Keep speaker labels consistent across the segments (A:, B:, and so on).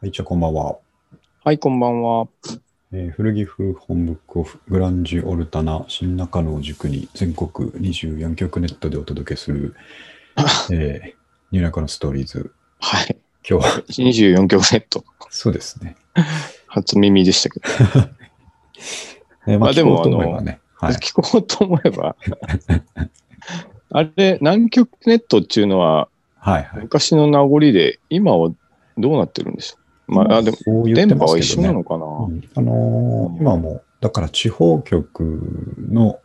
A: はい、じゃあこんばんは。
B: はい、こんばんは。
A: えー古着風本ブックオフグランジオルタナ新中野を塾に全国24局ネットでお届けする、 えー、ニューラカのストーリーズ。
B: はい。
A: 今 日は、
B: 24曲セット。
A: そうですね。
B: 初耳でしたけど。
A: えー
B: まあでも
A: 聞こうと思えばね、はい。
B: 聞こうと思えば。あれ、南極ネットっていうのは、
A: はいはい。
B: 昔の名残で、今はどうなってるんでしょうまあ、あでも、
A: そう言
B: 電
A: って
B: 波
A: ま
B: は
A: す
B: 一
A: けど
B: 緒な
A: ね。
B: のかな、
A: うんあのー今も、だから地方局の、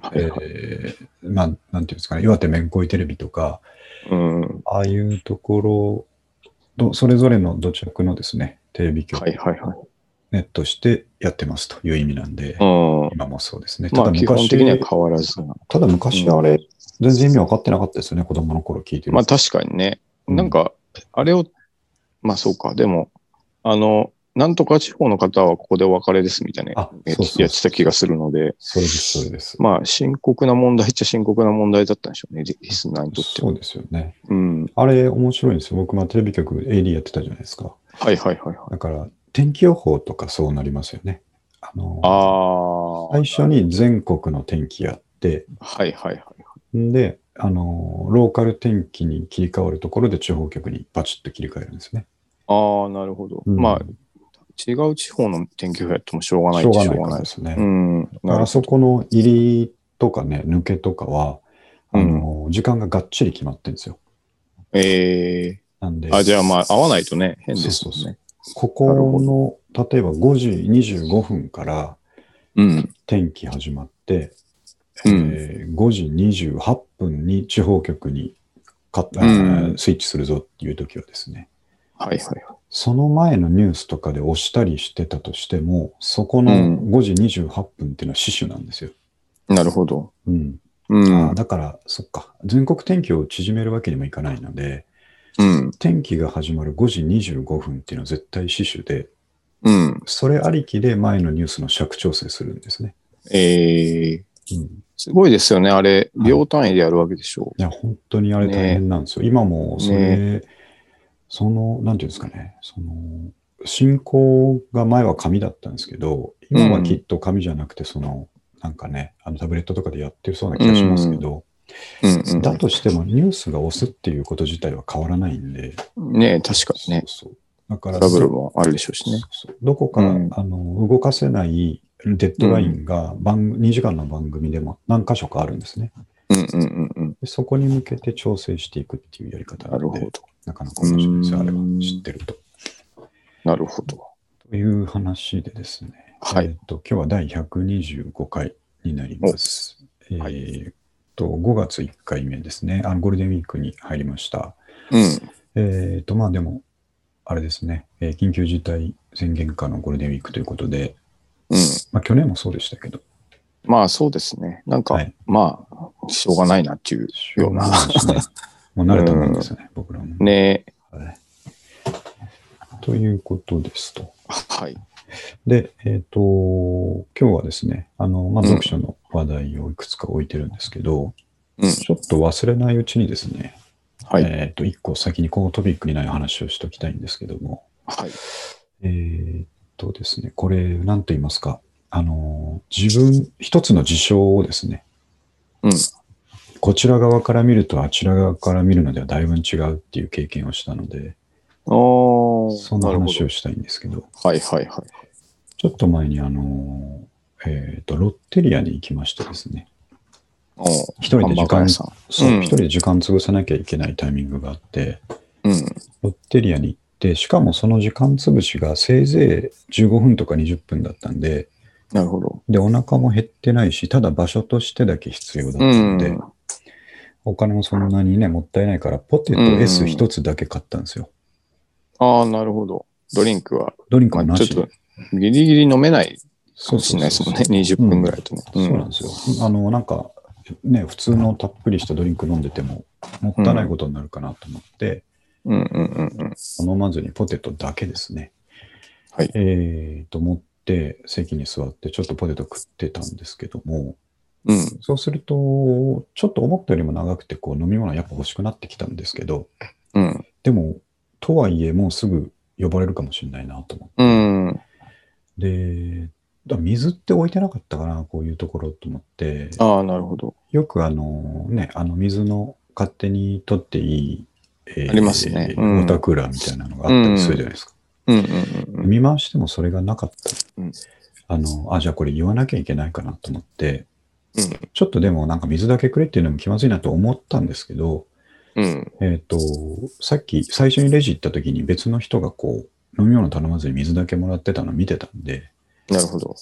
B: はい
A: え
B: はい
A: ーまあ、なんていうんですかね、岩手めんこいテレビとか、
B: うん。
A: ああいうところと、それぞれの土着のですね、テレビ局
B: はいはいはい。
A: ネットしてやってますという意味なんで、
B: う
A: 今もそうですね。
B: ん。
A: た
B: ま
A: だ
B: あ、基
A: 昔、
B: 本的には変わらずな。
A: ただ昔はあれ、全然意味分かってなかったですよね、子供の頃聞いてる。
B: まあ、確かにね。なんか、あれを、まあそうか、でも、あの、なんとか地方の方はここでお別れですみたいな
A: あ
B: や
A: そうそう
B: つやってた気がするので、
A: それです、それです。
B: まあ深刻な問題っちゃ深刻な問題だったんでしょうね、リリスナーにとっては。
A: そうですよね。
B: うん。
A: あれ、面白いんですよ。僕、まあ、テレビ局 AD やってたじゃないですか。
B: はいはいはいはい。
A: だから、天気予報とかそうなりますよね。あの
B: ああ。はい
A: 最初に全国の天気やって、
B: はいはい。
A: んで、あのローカル天気に切り替わるところで地方局にバチッと切り替えるんですね。
B: ああ、なるほど。
A: うん
B: まあ、違う地方の天気予報やってもしょうがない
A: しょう
B: っちゃ
A: がな
B: し
A: いう
B: ょ
A: か
B: が
A: ら
B: ない
A: で
B: です。
A: すね。
B: うん。なる
A: あ
B: ほ
A: そこの入りとかね、抜けとかは、あの、時間ががっちり決まってるんですよ。
B: ど。え
A: なんで、
B: えあ、じゃあまあ、合わないとね、変です
A: そ
B: もん
A: うそ
B: ね。
A: ここ
B: なるほ
A: の、例えば5時25分から
B: うん。
A: 天気始まって、
B: うん
A: えー5時28分に地方局にか、あ
B: うん
A: スイッチするぞっていう時はですね、
B: はいはいはい。
A: その前のニュースとかで押したりしてたとしても、そこの
B: うん
A: 5時28分っていうのは死守なんですよ。
B: なるほど。
A: うん。
B: うん
A: あー。だから、そっか。全国天気を縮めるわけにもいかないので、
B: うん。
A: 天気が始まる5時25分っていうのは絶対死守で、
B: うん。
A: それありきで前のニュースの尺調整するんですね。
B: ええ
A: うん、い
B: すごいですよね。あれ、
A: はい
B: 秒単位でやるわけでしょ
A: や、本当にあれ大変なんですよ。今もそれ、その、なんていうんですかね、その、進行が前は紙だったんですけど、今はきっと紙じゃなくて、その、なんかね、あのタブレットとかでやってるそうな気がしますけど、
B: う。うん、うん。
A: だとしてもニュースが押すっていうこと自体は変わらないんで、
B: ねえ確かにね。
A: そうそうだから
B: トラブルもあるでしょうしね。
A: そうそうどこか、
B: うん
A: あの動かせないデッドラインが番、2時間の番組でも何箇所かあるんですね
B: うんうんうんうん。
A: で。そこに向けて調整していくっていうやり方な
B: なる
A: の
B: ほ
A: で
B: ど、。
A: なかなか面白いですよ、
B: う
A: あ
B: ん
A: れは知ってると。
B: なるほど。
A: という話でですね、
B: はい
A: えーと今日は第125回になります。え
B: はい
A: ーと5月1回目ですねあの、ゴールデンウィークに入りました。
B: うん。
A: えーと、まあでも、あれですね、えー緊急事態宣言下のゴールデンウィークということで、
B: うん。
A: まあ、去年もそうでしたけど、
B: まあそうですね。なんか、
A: はい
B: まあ、しょうがないなっていうような。
A: もう慣れたもんですよね、僕らも。
B: ねえ
A: はいということですと。
B: はい。
A: で、えっ、と、今日はですね、あの、まあ、
B: うん
A: 読書の話題をいくつか置いてるんですけど、
B: うん。
A: ちょっと忘れないうちにですね、
B: はい。
A: えっ、と、一個先にこのトピックにない話をしておきたいんですけども、
B: はい。
A: えっ、とですね、これ、なんと言いますか、あの、自分、一つの事象をですね、
B: うん。
A: こちら側から見るとあちら側から見るのではだいぶ違うっていう経験をしたので、
B: おー
A: そんな
B: るほ
A: 話
B: ど
A: をしたいんですけど、
B: はいはいはい。
A: ちょっと前にあの、えっ、と、ロッテリアに行きましてですね、
B: おー
A: 一人
B: ハ
A: で
B: ンバ
A: 時
B: ーガー
A: 間、
B: 屋
A: そ
B: さ
A: う、
B: うん
A: 一人で時間潰さなきゃいけないタイミングがあって、
B: ん。うん。
A: ロッテリアに行って、しかもその時間潰しがせいぜい15分とか20分だったんで、
B: なるほど。
A: で、お腹も減ってないし、ただ場所としてだけ必要だった
B: うんん。
A: で、お金もそんなにね、もったいないから、ポテト
B: うん
A: S 一つだけ買ったんですよ。
B: ああ、なるほど。ドリンクは、
A: ドリンク
B: ま
A: もな
B: あ、
A: し
B: ち
A: で
B: ょっと、ギリギリ飲めないか
A: そう
B: もしれないですもんね。
A: そうそう
B: 20分ぐらいとね。
A: そうなんですよ。あの、なんか、ね、普通のたっぷりしたドリンク飲んでても、もったいないことになるかなと思って、
B: うんうんうんうん。
A: 飲まずにポテトだけですね。
B: はい
A: えー、と思って、席に座って、ちょっとポテト食ってたんですけども、
B: うん。
A: そうすると、ちょっと思ったよりも長くて、こう、飲み物やっぱ欲しくなってきたんですけど、
B: うん。
A: でも、とはいえ、もうすぐ呼ばれるかもしれないなと思って。
B: うん。
A: で、だ水って置いてなかったかな、こういうところと思って、
B: ああ、なるほど。
A: よくあのね、あの水の勝手に取っていい、えー
B: ありますねうん
A: ウォータークーラーみたいなのがあったりするじゃないですか。
B: うんうんうん。
A: 見回してもそれがなかった。
B: うん
A: あの、あ、じゃあこれ言わなきゃいけないかなと思って、
B: うん
A: ちょっとでもなんか水だけくれっていうのも気まずいなと思ったんですけど、
B: うん。
A: えっ、と、さっき最初にレジ行った時に別の人がこう、飲み物頼まずに水だけもらってたの見てたんで、
B: なるほど。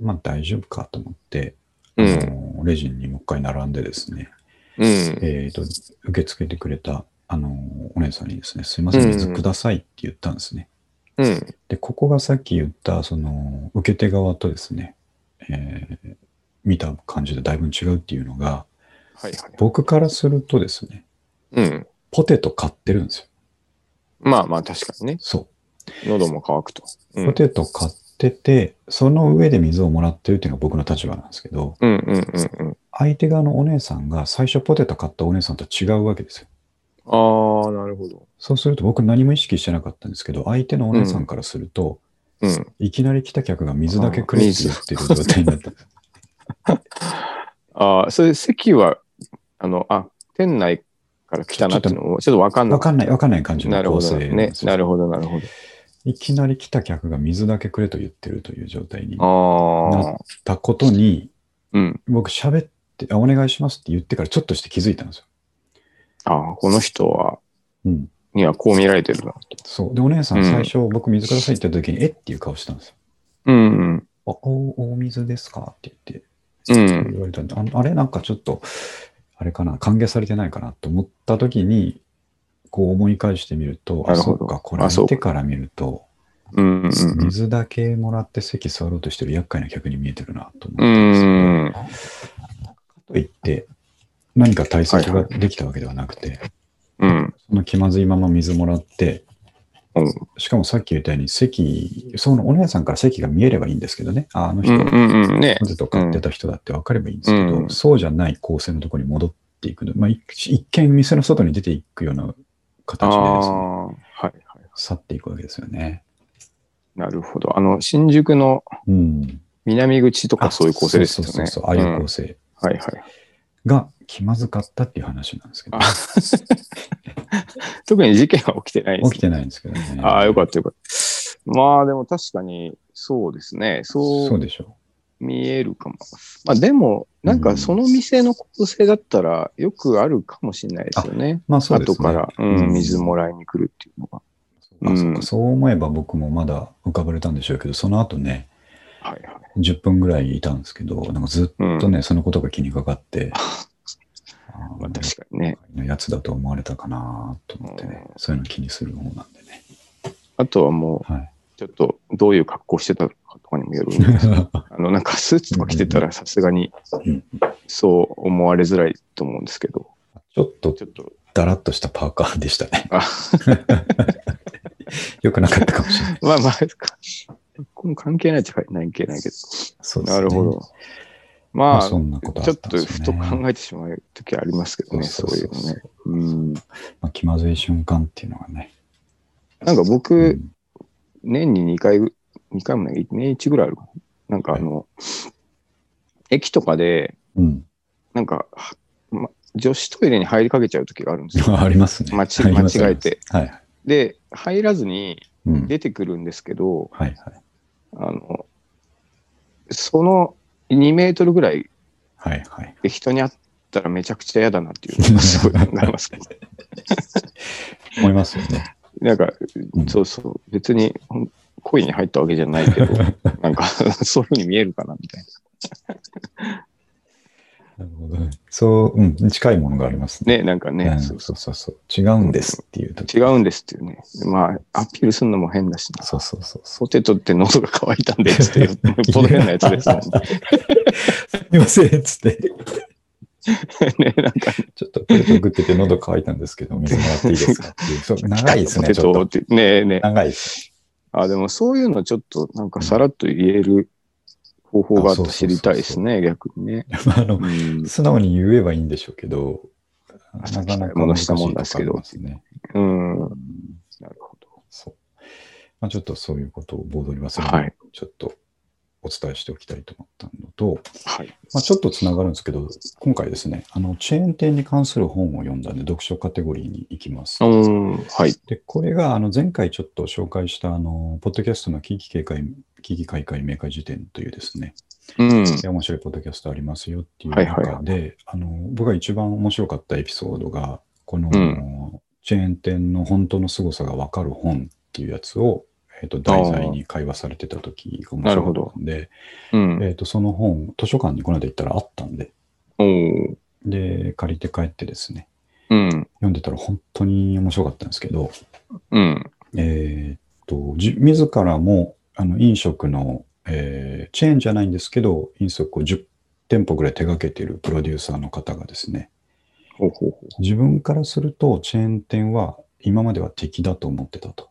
A: まあ大丈夫かと思って、
B: う
A: あ
B: ん。
A: のレジにもう一回並んでですね、
B: うん。
A: えっ、と、受け付けてくれた、あの、お姉さんにですね、すいません、
B: うん
A: 水くださいって言ったんですね。
B: うん。
A: で、ここがさっき言った、その、受け手側とですね、えー見た感じでだいぶ違うっていうのが、
B: はいはい。
A: 僕からするとですね、
B: うん。
A: ポテト買ってるんですよ。
B: まあまあ、確かにね。
A: そ
B: 喉も乾くと。う
A: う。
B: ん
A: ポテト買ってて、その上で水をもらってるっていうのが僕の立場なんですけど、
B: うんうんうんうん。
A: 相手側のお姉さんが最初ポテト買ったお姉さんと違うわけですよ。
B: ああ、なるほど。
A: そうすると僕何も意識してなかったんですけど、相手のお姉さんからすると、
B: うん。
A: いきなり来た客が水だけくれって言ってる状態になった。
B: ああ、それ席は、あの、あ、店内から来たなっていうのを、ちょっとわかんな
A: わ
B: い。
A: かんない、わかんない感じ
B: な
A: の
B: るほ
A: 構
B: ど
A: 成なん
B: ね
A: で。すよ
B: なるほど、なるほど。
A: いきなり来た客が水だけくれと言ってるという状態になっ
B: ああ、
A: たことに、
B: うん。
A: 僕喋って、あ、お願いしますって言ってからちょっとして気づいたんですよ。
B: ああ、この人は、
A: うん。
B: にはこう見られてるなと。
A: そう。で、お姉さん
B: うん
A: 最初僕水くださいって言った時に、えっていう顔したんですよ。
B: うん
A: あ、お、お水ですかって言って、
B: うん。う
A: 言
B: ん。
A: われたんで、あのあれなんかちょっと、あれかな、歓迎されてないかなと思った時に、こう思い返してみると、あ、
B: なる
A: そ
B: ほど
A: っか、これ
B: あそう
A: 見てから見ると、
B: うんうん
A: 水だけもらって席座ろうとしてる厄介な客に見えてるなと思っ
B: う
A: たんですけど、
B: ん。うん。
A: と言って、何か対策ができたわけではなくて、
B: うん。
A: その気まずいまま水もらって、
B: うん
A: しかもさっき言ったように席、そのお姉さんから席が見えればいいんですけどね、ああの
B: う
A: 人、
B: んうんうん。ね
A: ポ。テト買ってた人だって分かればいいんですけど、
B: うん
A: そうじゃない構成のところに戻っていくの、まあ、一一見店の外に出ていくような
B: あ
A: 形でですね、
B: あ、はいはい。
A: 去っていくわけですよね。
B: なるほど。あの、新宿の
A: うん、
B: 南口とかそういう構成ですよ
A: そ
B: ね。
A: うそうそうそう、ああいう構
B: 成。
A: 成
B: はいはい。
A: が気まずかったっていう話なんですけど、
B: あ特に事件は起きてないです
A: 起きてないんですけどね。
B: ああ、よかったよかった。まあでも確かにそうですね。そ
A: そう
B: う
A: でしょう。
B: 見えるかも。まあでも、なんかその店の構成だったらよくあるかもしれないですよね。
A: まあそうですね。
B: 後から、う
A: うん
B: ん、水もらいに来るっていうのが。
A: まあ
B: うん
A: そっかそう思えば僕もまだ浮かばれたんでしょうけど、その後ね、
B: はいはい。
A: 10分ぐらいいたんですけど、なんかず
B: うん
A: っとね、そのことが気にかかって、あ
B: まあ、
A: ー
B: 確かにね。
A: のやつだと思われたかなと思ってね、
B: うん
A: そういうの気にする方なんでね。
B: あとはも
A: はい。
B: う、ちょっとどういう格好してたかとかにもよるんで あの、なんかスーツとか着てたらさすがに
A: うん
B: そう思われづらいと思うんですけど、
A: ちょっと
B: ちょっと、
A: だらっとしたパーカーでしたね。
B: あ
A: よくなかったかもしれない。
B: まあまあ、格好も関係ないっちゃ関係ないけど。
A: そうです
B: な
A: ね。
B: るほど。。
A: まあ、
B: まあ、
A: そんなことあ
B: ちょ
A: っ
B: った
A: ん
B: と
A: ですよね、
B: ふと考えてしまうときありますけどね、そういうのね。うん。
A: まあ、気まずい瞬間っていうのがね。
B: なんか
A: う
B: 僕、
A: ん
B: 年に2回、2回もない、年1ぐらいあるかな。なんかあの、駅とかで、
A: うん。
B: なんか、はま、女子トイレに入りかけちゃうときがある んですよ。
A: ありますね。
B: 間ち
A: あります
B: 間違えて。
A: ありますはい。
B: で、入らずに
A: うん
B: 出てくるんですけど、
A: はいはい。
B: あの、その2メートルぐらい
A: はいはい。
B: で人に会ったらめちゃくちゃ嫌だなっ ていうのがすごい考えますけど。
A: 思いますよね。
B: なんか
A: うん、
B: そうそう、別にほん恋に入ったわけじゃないけど、 なんか、そういうふうに見えるかな、みたい
A: なるほどね。そう、うん、近いものがありますね。
B: な。ね、なんかね、
A: うん
B: そ
A: そうう
B: そ
A: そうそう。違うんですっていう時。
B: う違うんですっていうね。まあ、アピールするのも変だしな。
A: そうそうそうそ
B: ポテトって喉が渇いたんで、つって、 よっぽど変なやつですもん
A: う。すみません、つって。
B: ね。ね、なんか、
A: ちょっとポテト食ってて喉乾いたんですけ ど、水もらっていいですかっていう。そう長いです
B: ポ
A: ね、
B: テ
A: ちょっ
B: ト
A: と
B: っ。て、ねね。
A: 長いです。
B: あ、でもそういうのちょっと、なんか、さらっと言える方法があったら知りたいですね、逆にね。
A: まあ、あの、
B: うん
A: 素直に言えばいいんでしょうけど、なかなか
B: 物したもんですけど
A: 難しいとこありますね。
B: うん。
A: うん
B: なるほど。
A: そう。まあ、ちょっとそういうことをボードに忘れ
B: は
A: ない
B: い。
A: ちょっとお伝えしておきたいと思ったのと、
B: はい。
A: まあ、ちょっとつながるんですけど、今回ですね、あのチェーン店に関する本を読んだんで、読書カテゴリーに行きます。
B: うん。はい。
A: で、これがあの前回ちょっと紹介した、あの、ポッドキャストの危機警戒、危機開会明快辞典というですね、
B: うん。
A: で面白いポッドキャストありますよっていう
B: はいはい
A: 中で、あの僕が一番面白かったエピソードが、この、
B: うん
A: チェーン店の本当の凄さが分かる本っていうやつを、えー、と題材に会話されてた時が面白かったんで、
B: うん。
A: えー、とその本、図書館にこの間行ったらあったんで、
B: おー
A: で、借りて帰ってですね、
B: うん。
A: 読んでたら本当に面白かったんですけど、
B: うん。
A: えーっと、じ自らもあの飲食の、えーチェーンじゃないんですけど、飲食を10店舗ぐらい手掛けているプロデューサーの方がですね、
B: ほうほうほ
A: 自分からするとチェーン店は今までは敵だと思ってたと。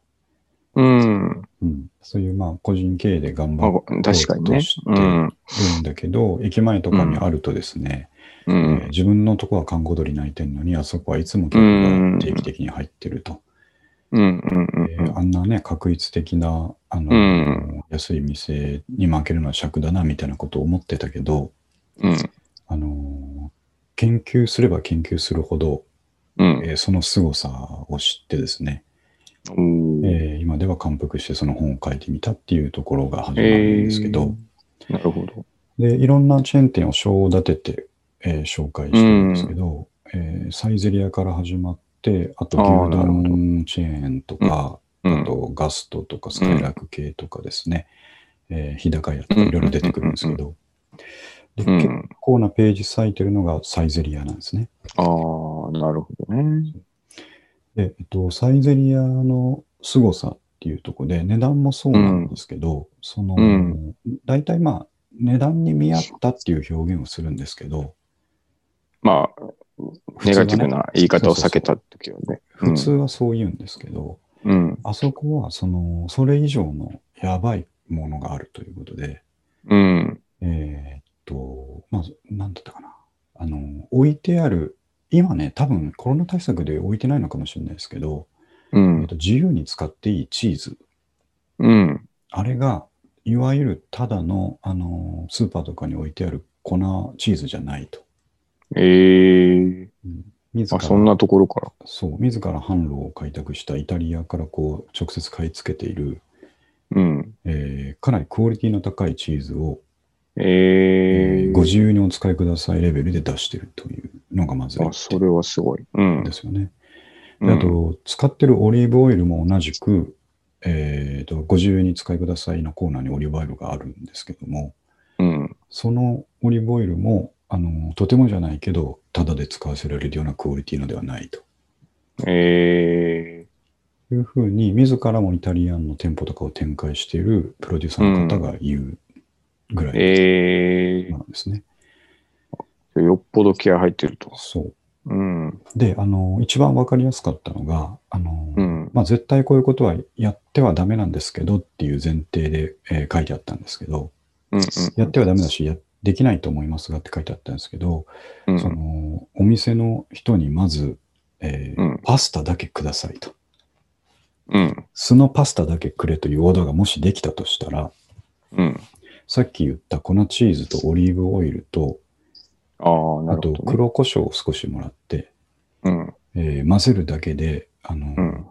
B: う。うん。
A: うん、そういうまあ個人経営で頑
B: まあ
A: 張って
B: 確かにね。うん。
A: るんだけど、駅前とかにあるとですね、
B: う
A: えー
B: ん。
A: 自分のとこは観光鳥泣いてるのに、あそこはいつも客が定期的に入ってると。
B: うん。うん。うん
A: えーあんなね、確率的な、あの、
B: うん
A: 安い店に負けるのは尺だな、みたいなことを思ってたけど、
B: うん。
A: あのー研究すれば研究するほど、
B: うん。
A: えーその凄さを知ってですね、
B: おー
A: えー今では感服してその本を書いてみたっていうところが始まるんですけど、
B: なるほど。
A: で、いろんなチェーン店を章立てて、えー紹介してるんですけど、えーサイゼリアから始まって、あと
B: あー
A: 牛
B: なるほど
A: 丼チェーンとか、
B: う
A: あ
B: ん。
A: とガストとかスカイラーク系とかですね、えー日高屋とかいろいろ出てくるんですけど、で
B: う
A: 結
B: ん。
A: 構なページ割いてるのがサイゼリアなんですね。
B: ああ、なるほどね。
A: で、えっと、サイゼリアの凄さっていうところで、値段もそうなんですけど、その、
B: うん
A: 大体まあ、値段に見合ったっていう表現をするんですけど、
B: まあ、ネガティブな言い方を避けた時はね。
A: 普通はそう言うんですけど、
B: うん。
A: あそこはその、それ以上のやばいものがあるということで、
B: うん。
A: えーっと、まず、なんだったかな。あの、置いてある、今ね、多分コロナ対策で置いてないのかもしれないですけど、
B: う
A: えっ
B: ん。
A: と、自由に使っていいチーズ。
B: うん。
A: あれが、いわゆるただの、あの、スーパーとかに置いてある粉チーズじゃないと。
B: ええ。
A: うん自
B: あ、
A: ら
B: そんなところから。
A: そう、自ら販路を開拓したイタリアからこう、直接買い付けている、
B: うん。
A: えーかなりクオリティの高いチーズを、えー
B: ええ。
A: ご自由にお使いくださいレベルで出してるというのがまず
B: あ、それはすごい。うん
A: で。すよね。であと、使ってるオリーブオイルも同じく、えー、と、ご自由に使いくださいのコーナーにオリーブオイルがあるんですけども、
B: うん。
A: そのオリーブオイルも、あの、とてもじゃないけど、タダで使わせられるようなクオリティのではないと
B: ええ。
A: いうふうに、自らもイタリアンの店舗とかを展開しているプロデューサーの方が言うぐらい
B: え
A: なんですね。
B: え。よっぽど気合入ってると。
A: そう。
B: うん。
A: で、あの、一番わかりやすかったのが、あの、
B: うん。
A: まあ、絶対こういうことはやってはダメなんですけどっていう前提で、えー書いてあったんですけど、
B: うん。
A: やってはダメだし、やできないと思いますがって書いてあったんですけど、
B: うん。
A: そのお店の人にまず、えー
B: うん
A: パスタだけくださいと。
B: うん。
A: 素のパスタだけくれというオーダーがもしできたとしたら、
B: うん。
A: さっき言った粉チーズとオリーブオイルと、
B: ああ、な
A: あ
B: る
A: と
B: ほどね。
A: 黒胡椒を少しもらって、
B: うん。
A: えー混ぜるだけで、あの、
B: うん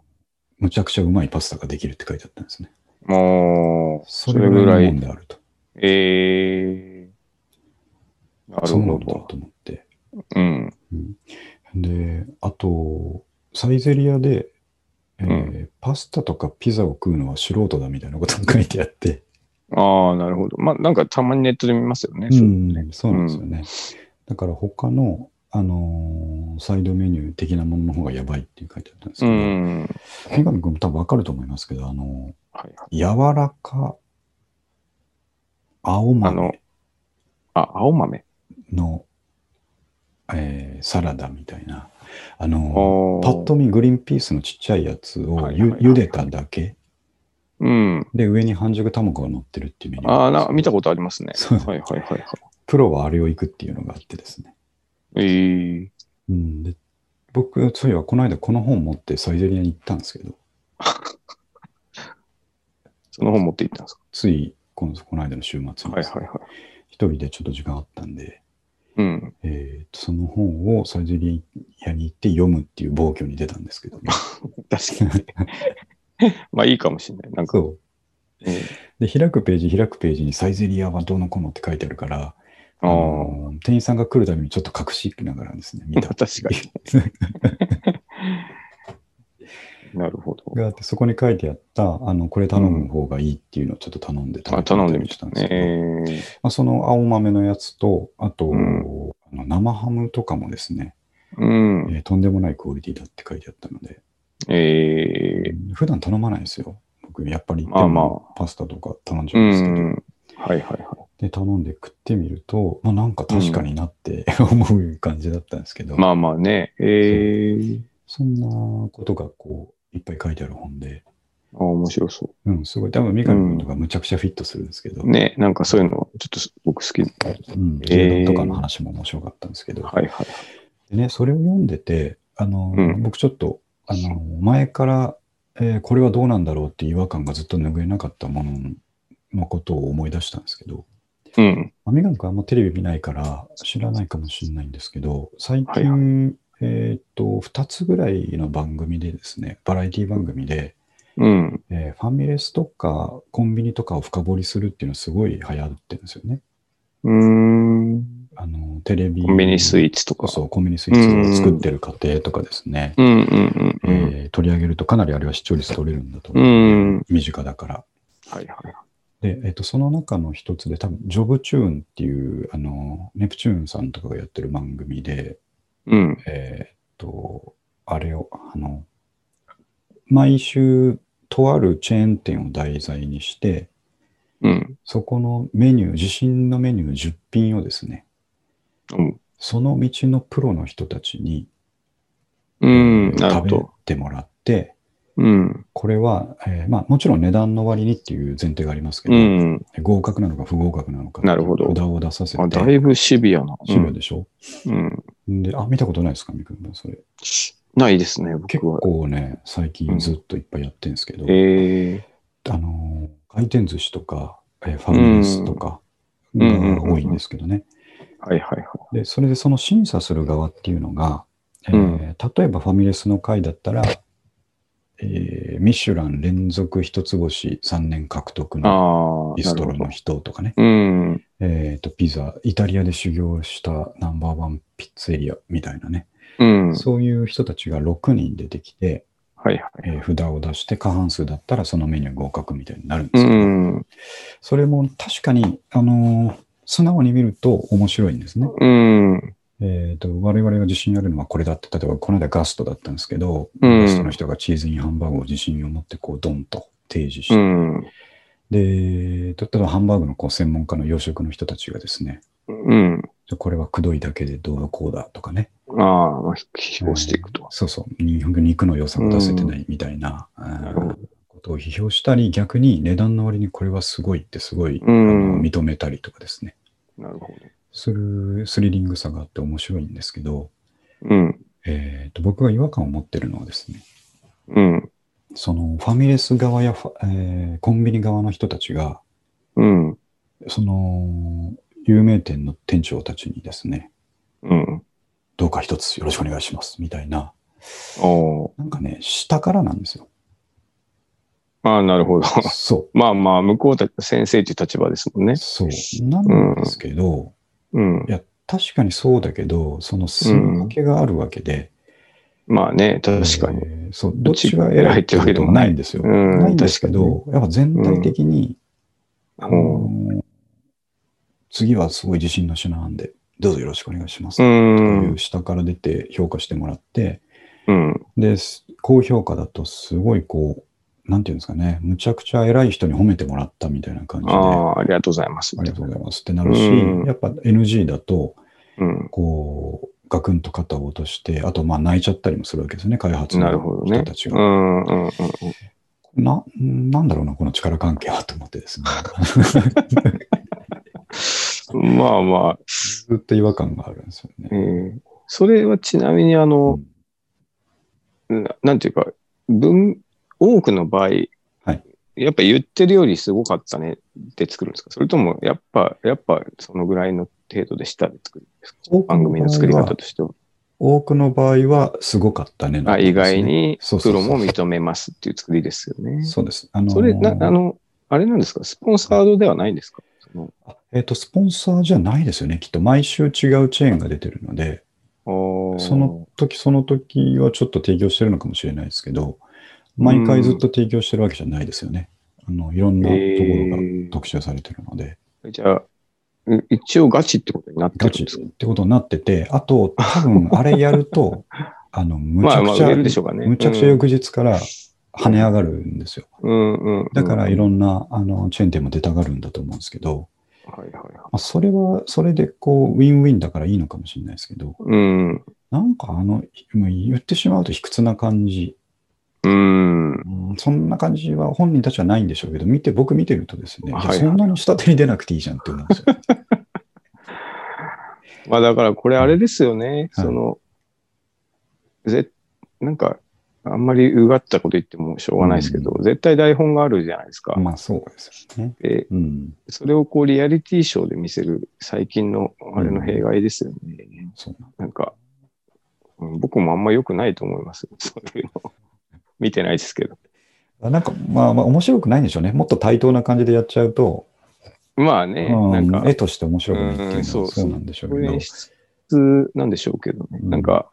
A: むちゃくちゃうまいパスタができるって書いてあったんですね。
B: もう、
A: そ
B: そ
A: れ
B: れ
A: ぐ
B: ぐ
A: ら
B: ら
A: いのもん
B: い。
A: であると。
B: ええ。なる
A: そうな
B: ほ
A: んだ
B: ど。
A: と思って。
B: うん。
A: で、あと、サイゼリアで、えー
B: う
A: パスタとかピザを食うのは素人だみたいなことが書いてあって、
B: ああ、なるほど。まあ、なんかたまにネットで見ますよね。
A: う
B: そ
A: ん、そうなんですよね。だから他の、あのーサイドメニュー的なものの方がやばいって書いてあったんですけ
B: う
A: ど、
B: ん。はい
A: 三上君も多分わかると思いますけど、あの
B: はい。
A: ー柔らか青
B: あの
A: 豆
B: あ、青豆。
A: のえーサラダみたいな、あ
B: あ
A: のー
B: ー
A: パッと見グリーンピースのちっちゃいやつを
B: はいはい
A: ゆ
B: はい
A: 茹でただけ
B: うん。
A: で、上に半熟卵が乗ってるっていうメニュー
B: ああ、な、見た
A: こ
B: ことありますね。
A: そう
B: はいはいはいは
A: プロはあれを行くっていうのがあってですね。
B: い。ええ。
A: うん、で僕、そういえばこの間この本持ってサイゼリアに行ったんですけど、
B: その本持って行ったんですか
A: ついこのこの間の週末に
B: は
A: で
B: い
A: す
B: はい
A: ね
B: はい。
A: 一人でちょっと時間あったんで、
B: うん。
A: えーとその本をサイゼリアに行って読むっていう暴挙に出たんですけどね、
B: 確かに。 まあいいかもしれ ない。なんか、
A: そう
B: うん
A: で開くページ開くページにサイゼリアはどうのこうのって書いてあるから、
B: あ
A: あ
B: ー
A: の店員さんが来るたびにちょっと隠しながらですね見た
B: 確か に。なるほど。
A: があってそこに書いてあったあのこれ頼む方がいいっていうのをちょっと頼んで食べ
B: あ
A: てみ
B: 頼ん
A: た
B: で
A: り
B: み
A: したん
B: たね
A: で。すけど、
B: え
A: まあ、その青豆のやつとあと、
B: うん
A: あの生ハムとかもですね、
B: ーうん。
A: えーとんでもないクオリティだって書いてあったので
B: えー
A: 普段頼まないんですよ僕やっぱり
B: まあまあ
A: でもパスタとか頼んじ
B: う
A: ゃうんですけど、
B: ん。はいはいは
A: で頼んで食ってみると、まあ、なんか確かになって 思う感じだったんですけど、
B: い。まあまあね。えー
A: そんなことがこういっぱい書いてある本で、
B: あ面白そ
A: うん、すごい多分三上君とかむちゃくちゃフィットするんですけど、
B: う。ね、なんかそういうの、ちょっと僕好き。はい
A: うん、芸能とかの話も面白かったんですけど、
B: はい。
A: でね、それを読んでて、あの、
B: うん
A: 僕ちょっと、あの、前から、えーこれはどうなんだろうっていう違和感がずっと拭えなかったもののことを思い出したんですけど、
B: うん。
A: まあ、三上君あんまテレビ見ないから知らないかもしれないんですけど、最近、
B: は
A: えーっと、2つぐらいの番組でですね、バラエティ番組で、
B: うん。
A: えーファミレスとかコンビニとかを深掘りするっていうのはすごい流行ってるんですよね。
B: うーん。
A: あの、テレビ。
B: コンビニスイーツとか。
A: そう、コンビニスイーツを作ってる過程とかですね、
B: うんうんうんうん。
A: えー取り上げるとかなりあれは視聴率取れるんだと思う、
B: うん。
A: 身近だから。
B: はいは
A: で、えっとその中の一つで、多分ジョブチューンっていう、あの、ネプチューンさんとかがやってる番組で、
B: い。うん。
A: えーっと、あれを、あの、毎週、とあるチェーン店を題材にして、
B: うん。
A: そこのメニュー、自信のメニュー10品をですね、
B: うん
A: その道のプロの人たちに、
B: うん。なるほ
A: 食べ
B: ど。
A: てもらって、
B: うん。
A: これは、えーまあ、もちろん値段の割にっていう前提がありますけど、
B: うん。
A: 合格なのか不合格なのか、
B: なるほど
A: 札を出させ
B: あ、
A: て、
B: だいぶシビアな。
A: 資料でしょ、
B: うん。
A: で、あ、見たことないですか、みくん君それ。
B: ないですね、
A: 結
B: 僕は。
A: 構ね、最近ずっといっぱいやってるんですけど、
B: ええ
A: あのー回転寿司とか、えーファミレスとかが多いんですけどね。
B: はいはいはい。
A: で、それでその審査する側っていうのが、えー
B: うん
A: 例えばファミレスの会だったら、えーミシュラン連続一つ星3年獲得の
B: ああ、
A: ビストロ
B: な
A: の
B: る
A: 人とかね、
B: ほど。うん。
A: えー、とピザ、イタリアで修行したナンバーワンピッツェリアみたいなね、
B: うん。はい
A: そういう人たちが6人出てきて、
B: はい。
A: えー札を出して過半数だったらそのメニュー合格みたいになるんで
B: う
A: すけど、
B: ん。
A: それも確かに、あのー素直に見ると面白いんですね。
B: うん。
A: えー、と我々が自信あるのはこれだって、例えばこの間ガストだったんですけど、
B: うん
A: ガストの人がチーズインハンバーグを自信を持ってこうドンと提示して、
B: うん。
A: で、例えばハンバーグのこう専門家の洋食の人たちがですね、
B: うん。
A: これはくどいだけでどうのこうだとかね、
B: ああ、まあ、飛行していくと。
A: そうそう、に肉の良さが出せてないみたいな、あ
B: るほ
A: ー
B: ど
A: ことを批評したり、逆に値段の割にこれはすごいってすごい、
B: う
A: あ
B: ん
A: の。認めたりとかですね、
B: なるほど。
A: するスリリングさがあって面白いんですけど、
B: うん。
A: えー、と僕が違和感を持ってるのはですね、
B: うん。
A: そのファミレス側やファ、えーコンビニ側の人たちが、
B: うん。
A: その有名店の店長たちにですね、
B: うん。
A: どうか一つよろしくお願いしますみたいな、
B: お
A: なんかね、下からなんですよ。
B: ああ、なるほど。
A: そ
B: まあまあ、向こうた先生という立場ですもんね
A: う、。そう、なんですけど、
B: うん
A: い。や、確かにそうだけど、その住み分けがあるわけで、
B: まあね、確かに。
A: えーそう、どっちが偉いってわけでもないんですよ。
B: うん
A: ないんですけど、やっぱ全体的に、あ
B: う
A: のー次はすごい自信の品なんで、どうぞよろしくお願いします。
B: ん。うん。
A: 下から出て評価してもらって、
B: うん。
A: で、す高評価だとすごいこう、なんていうんですかね、むちゃくちゃ偉い人に褒めてもらったみたいな感じで、
B: あ
A: あ
B: あ、ありがとうございます。
A: りがとうございますってなるし、
B: うん
A: やっぱ NG だと、
B: うん。
A: こう、ガクンと肩を落として、あとまあ泣いちゃったりもするわけですね、開発
B: な
A: の
B: るほど
A: 人
B: ね
A: た。ち
B: う
A: が。
B: ん。うん。うん。
A: な、なんだろうな、この力関係はと思ってです ね。
B: まあまあ、
A: ずっと違和感があるんですよね
B: え。ーそれはちなみにあの、ななんていうか、分、多くの場合、
A: はい
B: やっぱ言ってるよりすごかったねって作るんですかそれとも、やっぱ、やっぱそのぐらいの程度でしたで作るんですか番組の作り方としては。
A: 多くの場合は、すごかったね
B: あ意外に
A: そうそ
B: プ
A: うそ
B: ロ
A: う
B: も認めますっていう作りですよね。
A: そうです。あのー
B: それ、な、あの、あれなんですかスポンサードではないんですかその
A: えっ、と、スポンサーじゃないですよね。きっと毎週違うチェーンが出てるので、
B: おー
A: その時その時はちょっと提供してるのかもしれないですけど、毎回ずっと提供してるわけじゃないですよね。あの、いろんなところが
B: え
A: 特集されてるので、
B: ーじゃあ、う一応ガチってことになってる
A: ガ
B: ん
A: チ
B: ですか
A: ってことになってて、あと、多 分あれやると、あの、むち
B: ま
A: ゃ
B: あま
A: く
B: あ
A: ちゃ、
B: 売れるでしょうかね。
A: むちゃくちゃ翌日から跳ね上がるんですよ。
B: うんうんうん。
A: だからい
B: はい
A: ろんなあのチェーン店も出たがるんだと思うんですけど、
B: はいはい。
A: まあ、それはそれでこうウィンウィンだからいいのかもしれないですけど、
B: うん。
A: なんかあの、もう言ってしまうと卑屈な感じ、
B: うん。
A: うんそんな感じは本人たちはないんでしょうけど、見て、僕見てるとですね、
B: はい
A: じゃあそんなの下手に出なくていいじゃんって思うんですよ。
B: まあだからこれあれですよね。
A: はい
B: その、ぜ、なんか、あんまりうがったこと言ってもしょうがないですけど、絶対台本があるじゃないです か。
A: まあそうですよね。
B: で、
A: うん、
B: それをこうリアリティショーで見せる最近のあれの弊害ですよね。
A: そうなん
B: なんか、うん僕もあんま良くないと思います。 そういうの。見てないですけど。
A: あなんかまあまあ面白くないんでしょうね。もっと対等な感じでやっちゃうと、
B: まあね、
A: う
B: なん
A: ん
B: か、
A: 絵として面白くないっていうの
B: う
A: は
B: んそう
A: そうなんでしょう
B: こ
A: け
B: れ
A: ど
B: 演。出なんでしょうけどね。
A: うん
B: なんか、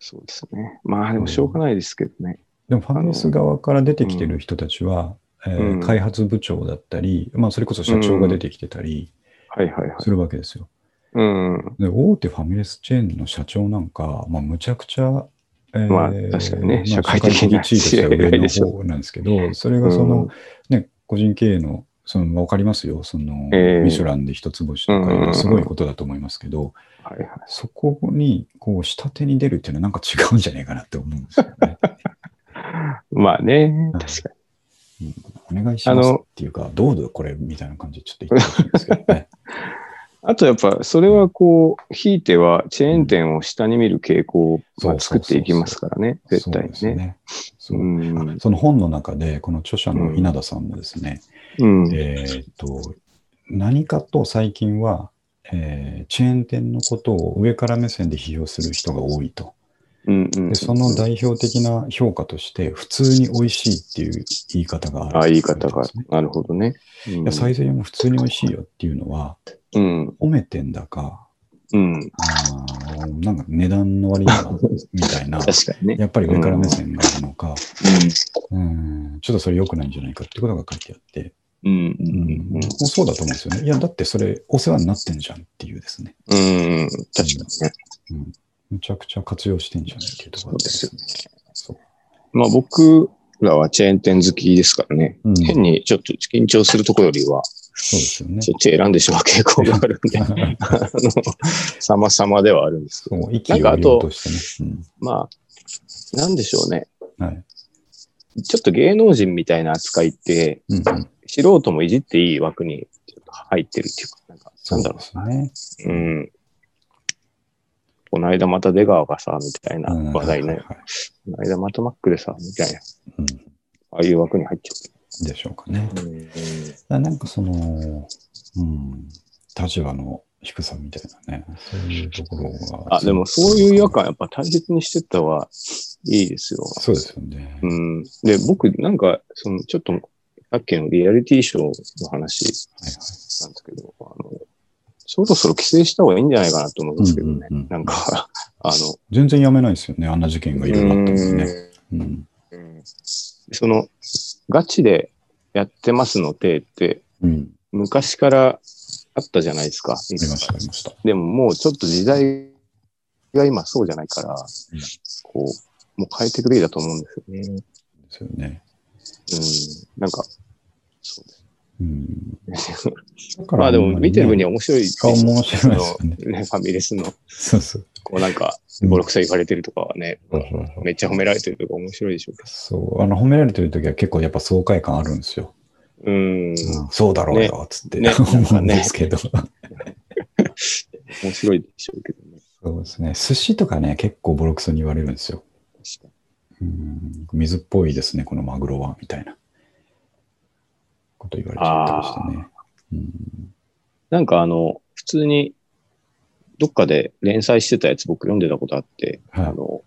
B: そうですね。まあでもしょうがないですけどね。
A: でもファミレス側から出てきてる人たちは、えー
B: うん
A: 開発部長だったり、まあ、それこそ社長が出てきてたり
B: はいはいはい。
A: するわけですよ。
B: うん。
A: で大手ファミレスチェーンの社長なんか、まあ、むちゃくちゃ、えー
B: まあ確かにね
A: まあ
B: 社会的な
A: 社会的地位としては上
B: 知り合い
A: の
B: でしょ
A: 方なんですけど、それがその、
B: うん
A: ね、個人経営の、その分かりますよ、その、
B: ええ
A: ミシュランで一つ星とかいうのはすごいことだと思いますけど、
B: はいはい。
A: そこにこう下手に出るっていうのはなんか違うんじゃないかなって思うんですよ ね。
B: まあね、
A: うん
B: 確か
A: お願いしますっていうか、どうぞこれみたいな感じでちょっと言ってほしいんですけどね。
B: に。あとやっぱ、それはこう、ひいてはチェーン店を下に見る傾向を
A: そう
B: まあ作っていきますからね、 絶対
A: そうです
B: ね。
A: ね。そうう、
B: ん
A: あ。その本の中で、この著者の稲田さんもですね、
B: うん。
A: えーっと、何かと最近は、えーチェーン店のことを上から目線で批評する人が多いと。
B: うんうん
A: で、その代表的な評価として、普通に美味しいっていう言い方がある
B: ああ、言い方が
A: で。すね
B: なるほどね。う
A: い
B: ん
A: や、最善も普通に美味しいよっていうのは、
B: うん。
A: 褒めてんだか、
B: うん。
A: あーなんか値段の割には、みたいな。
B: 確かにね。
A: やっぱり上から目線があるのか、うん、ちょっとそれ良くないんじゃないかってことが書いてあって、
B: うん。うん
A: う。ん、もうそうだと思うんですよね。いや、だってそれお世話になってんじゃんっていうですね。
B: うん。うん。確かにね。
A: うん、むちゃくちゃ活用してんじゃんっていうところ
B: そう
A: ね。そう
B: まあ僕らはチェーン店好きですからね。
A: うん
B: 変にちょっと緊張するとこよりは、
A: そうですよね
B: そ。っち選んでしまう傾向があるんで、あの、様々ではあるんですけど、
A: そう、息を言おうとしてね。
B: まあ、なんでしょうね。
A: うん、はい。
B: ちょっと芸能人みたいな扱いって、
A: うん、うん
B: 素人もいじっていい枠にちょっと入ってるっていうか、なんか、な
A: そ
B: ん
A: う
B: だろ
A: ですね。
B: う。うん。この間また出川がさ、みたいな
A: うん
B: 話題ね。
A: はい
B: この間またマックでさ、みたいな。
A: うん
B: ああいう枠に入っちゃ
A: でしょうかね。
B: う。うん。
A: だなんかその、うん、立場の低さみたいなね、そういうところが。
B: あ、でもそういう違和感やっぱ大切にしてった方がいいですよ。
A: そうですよね。
B: うん。で、僕、なんか、その、ちょっと、さっきのリアリティショーの話
A: はいはい
B: なんですけど、あの、そろそろ規制した方がいいんじゃないかなと思いますけどね。
A: うんうんうん
B: なんか、 あの、
A: 全然やめないですよね、あんな事件がいろいろあったんでね。うん
B: うんその、ガチでやってますの手って、
A: うん。
B: 昔からあったじゃないですか。
A: ありました、ありました。
B: でももうちょっと時代が今そうじゃないから、こう、もう変えてくべきだと思うんですよね。
A: ですよね。
B: うん。なんか、そう
A: うん。
B: ですね。
A: だから
B: まあでも見てる分に
A: は。
B: は面白いです
A: あ面白いですよね
B: そのね。ファミレスの、
A: そうそう。
B: こうなんか、
A: うん
B: ボロクソ言われてるとかはね、
A: そうそうそう
B: めっちゃ褒められてるとか面白いでしょうけ
A: そう。あの、褒められてる時は結構やっぱ爽快感あるんですよ。
B: ど。うん。
A: うんそうだろうよ、つって、
B: ね
A: 思うんですけど。
B: 面白いでしょうけどね。
A: そうですね。寿司とかね、結構ボロクソに言われるんですよ。
B: 確か
A: うん。水っぽいですね、このマグロは、みたいな。こと言われちゃったりしてね。うん、
B: なんかあの、普通に、どっかで連載してたやつ僕読んでたことあって、
A: はい
B: あの、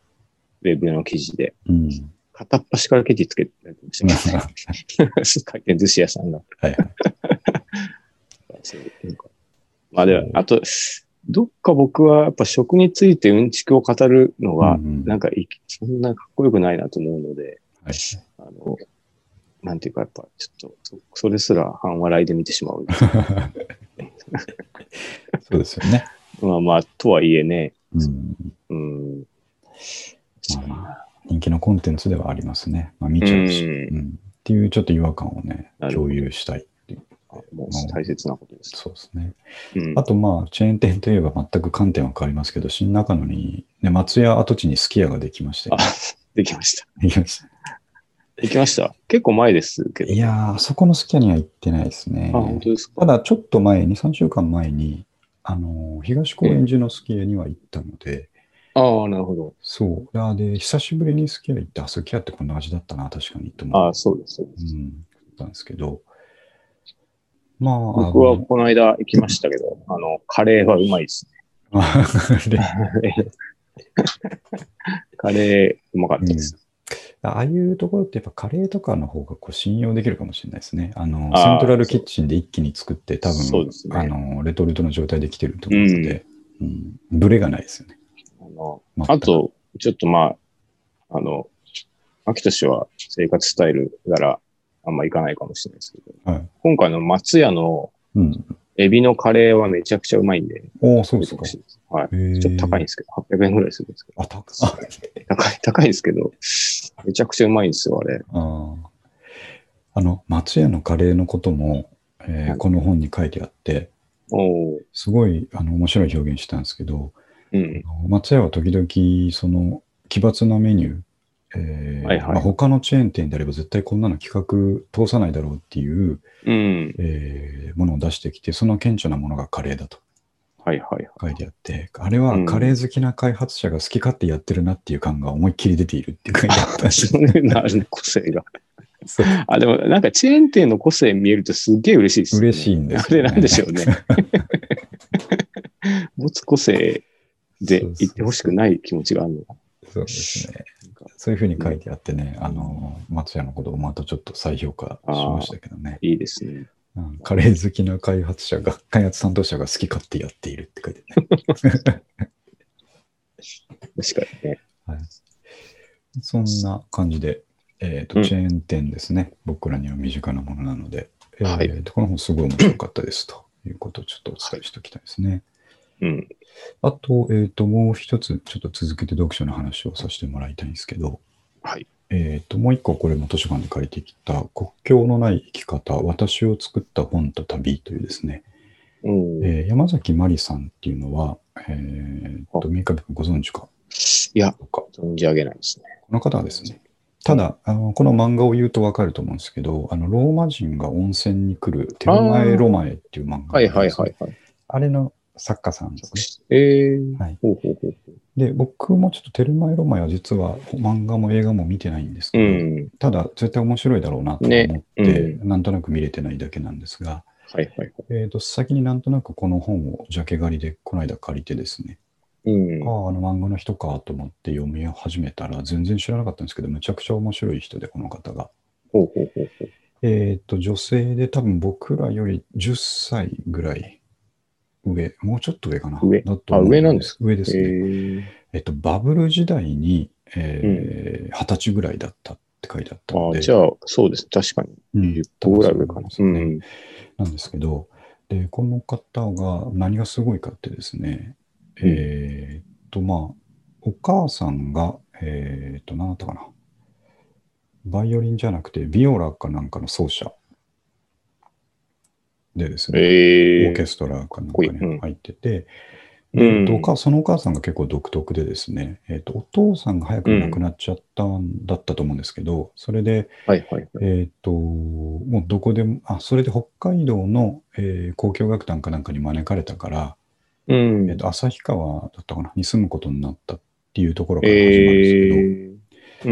B: ウェブの記事で、
A: うん。
B: 片っ端からケチつけてやってましたけどね回転寿司屋さんが。
A: はいはい。
B: そうなんかまあでも、あと、どっか僕はやっぱ食についてうんちくを語るのが
A: う、んうん
B: なんかいき、そんなかっこよくないなと思うので、
A: はい
B: あの、なんていうか、やっぱちょっと、そそれすら半笑いで見てしまう。
A: そうですよね。
B: まあまあ、とはいえね、
A: うん、
B: うん。
A: ま人気のコンテンツではありますね。まあ、見ちゃうし、
B: う
A: うんっていうちょっと違和感をね
B: な、るほど
A: 共有したいっていう。
B: もう大切なことです。
A: そうですね。
B: うん
A: あとまあ、チェーン店といえば全く観点は変わりますけど、新中野に、ね、松屋跡地にすき家ができまして、
B: あ、できました。
A: できました
B: できました。結構前ですけ ど。
A: いやー、あそこのすき家には行ってないですね
B: あ、。本当ですか。
A: ただ、ちょっと前に、3週間前に、あのー東高円寺のすき家には行ったので、
B: ああ、なるほど。
A: そう。あで、久しぶりにすき家行って、あ、すき家ってこんな味だったな、確かに、と思
B: あ
A: う
B: あ、そうです。そうで
A: う
B: す
A: ん、ったんですけど。まあ、
B: 僕はこの間行きましたけど、あの、カレーはうまい です
A: あのあれ
B: ね。カレーうまかったです。
A: ああいうところってやっぱカレーとかの方がこう信用できるかもしれないですね。あの、
B: あ
A: セ
B: ー
A: ントラルキッチンで一気に作って、多
B: そう
A: 分、
B: ですね
A: あの、レトルトの状態できてると思うので、うん、ブレがないですよね。
B: あの
A: 全く
B: あ、と、ちょっとまあ、あの、秋田氏は生活スタイルからあんま行かないかもしれないですけど、
A: はい。
B: 今回の松屋の
A: うん。
B: エビのカレーはめちゃくちゃうまいんで、
A: おお、そうです
B: 食べ
A: か
B: てほ。しいですは
A: ち
B: い。ちょっと高いんですけど、800円ぐらいするんですけど、
A: あ、高あ
B: 高い、 高いですけど、めちゃくちゃうまいんですよ、あれ。
A: あーあの、松屋のカレーのことも、えーこの本に書いてあって、
B: おー
A: すごいあの面白い表現したんですけど、
B: うん。
A: あの松屋は時々、その、奇抜なメニュー、えー
B: はいはい
A: まあ、他のチェーン店であれば絶対こんなの企画通さないだろうっていう、
B: うん。
A: えーものを出してきて、その顕著なものがカレーだと
B: はいはいは
A: 書
B: い。
A: いてあって、あれはカレー好きな開発者が好き勝手やってるなっていう感が思いっきり出ているって書いてあったんです
B: そういうのあるね、個性が。
A: そう
B: あ、でもなんかチェーン店の個性見えるとすっげえ嬉しいです、
A: 嬉しいんです
B: あ
A: よ
B: れ
A: ね
B: なんでしょ うね。 持つ個性で
A: そうそう
B: 言ってほしくない気持ちがあるのか。
A: そうですね。そういうふうに書いてあってね、あの、松屋のことをまたちょっと再評価しましたけどね。
B: いいですね。
A: うんカレー好きな開発者が、開発担当者が好き勝手やっているって書いてあるね。
B: 確かにね。
A: そんな感じで、えっ、
B: うん
A: と、チェーン店ですね。僕らには身近なものなので、えー
B: はい
A: とこの本すごい面白かったですということをちょっとお伝えしておきたいですね。
B: うん。
A: あと、えっ、と、もう一つ、ちょっと続けて読書の話をさせてもらいたいんですけど、
B: はい。
A: えっ、と、もう一個、これも図書館で借りてきた、国境のない生き方、私を作った本と旅というですね、
B: うん
A: えー山崎まりさんっていうのは、えー、っと、三上君ご存知か
B: いや、
A: とか、こ
B: 存じ上げないですね。
A: の方はですね、ただ、あのこの漫画を言うとわかると思うんですけど、あの、ローマ人が温泉に来る、テロマエロマエっていう漫画、
B: はいはいはい。はい。
A: あれの作家さんですね。
B: えー、
A: はい
B: ほうほうほうほう。
A: で、僕もちょっとテルマエロマエは実は漫画も映画も見てないんです
B: う
A: けど、
B: ん。
A: ただ絶対面白いだろうなと思って、
B: ねう
A: なんとなく見れてないだけなんですが、
B: はいはいはい。
A: えー、と先になんとなくこの本をジャケ狩りでこの間借りてですね、
B: うん。
A: あああの漫画の人かと思って読み始めたら全然知らなかったんですけど、めちゃくちゃ面白い人で、この方が。
B: ほうほうほうほう。
A: えっ、と、女性で多分僕らより10歳ぐらい上、もうちょっと上かな。
B: 上
A: だと思う
B: あ上なんです
A: 上です
B: え
A: ね。
B: ー、
A: えっと、バブル時代に、えー20歳ぐらいだったって書いてあったの
B: あ
A: で、
B: じゃあ、そうです。確かに。
A: うん
B: 10個ぐらい上かな。う
A: なん
B: ん。
A: ですけど、で、この方が何がすごいかってですね、
B: うん
A: えーっと、まあ、お母さんが、えーっと、何だったかな、バイオリンじゃなくて、ビオラかなんかの奏者でですね、
B: え
A: オーケ
B: ー、
A: ストラかなんか
B: こいい
A: に
B: うん
A: 入ってて、
B: うん
A: えっとお母そのお母さんが結構独特でですね、えっとお父さんが早くに亡くなっちゃったんだったと思うんですけど、それで、
B: はいはいはい。
A: えっともうどこでもあそれで北海道の、えー交響楽団かなんかに招かれたから、
B: うん
A: えっと旭川だったかなに住むことになったっていうところから始まるんですけど、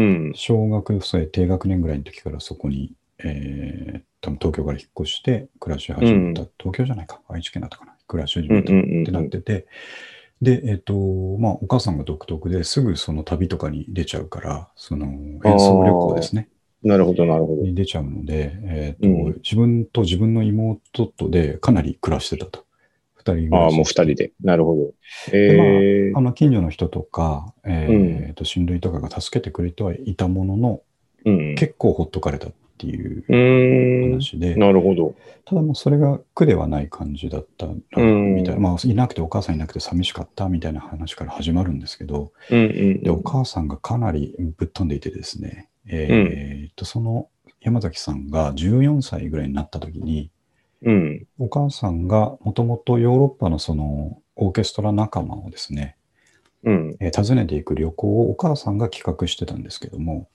B: えー、うん。
A: 小学生低学年ぐらいの時からそこに、えーっ多分東京から引っ越して暮らし始めた、
B: う
A: 東京じゃないか、愛知県だったかな、暮らし始
B: うん
A: め
B: う
A: た
B: ん
A: ってなってて、で、えっ、と、まあ、お母さんが独特ですぐその旅とかに出ちゃうから、その演奏旅行ですね、
B: なるほど、なるほ
A: に出ちゃうので、えっ、と、
B: うん
A: 自分と自分の妹とでかなり暮らしてたと。二人暮らし
B: ど。ああ、もう二人で。なるほど。ええ
A: あの近所の人とか、えーと親類とかが助けてくれてはいたものの、
B: うん。
A: 結構ほっとかれたっていう
B: うーん。
A: 話で、
B: なるほど。
A: ただもうそれが苦ではない感じだったら
B: うん
A: みたいな、まあ、いなくてお母さんいなくて寂しかったみたいな話から始まるんですけど、
B: うんうん。
A: でお母さんがかなりぶっ飛んでいてですね、えーとその山崎さんが14歳ぐらいになった時に、
B: うん。
A: お母さんがもともとヨーロッパのそのオーケストラ仲間をですね、
B: うん。
A: えー訪ねていく旅行をお母さんが企画してたんですけども、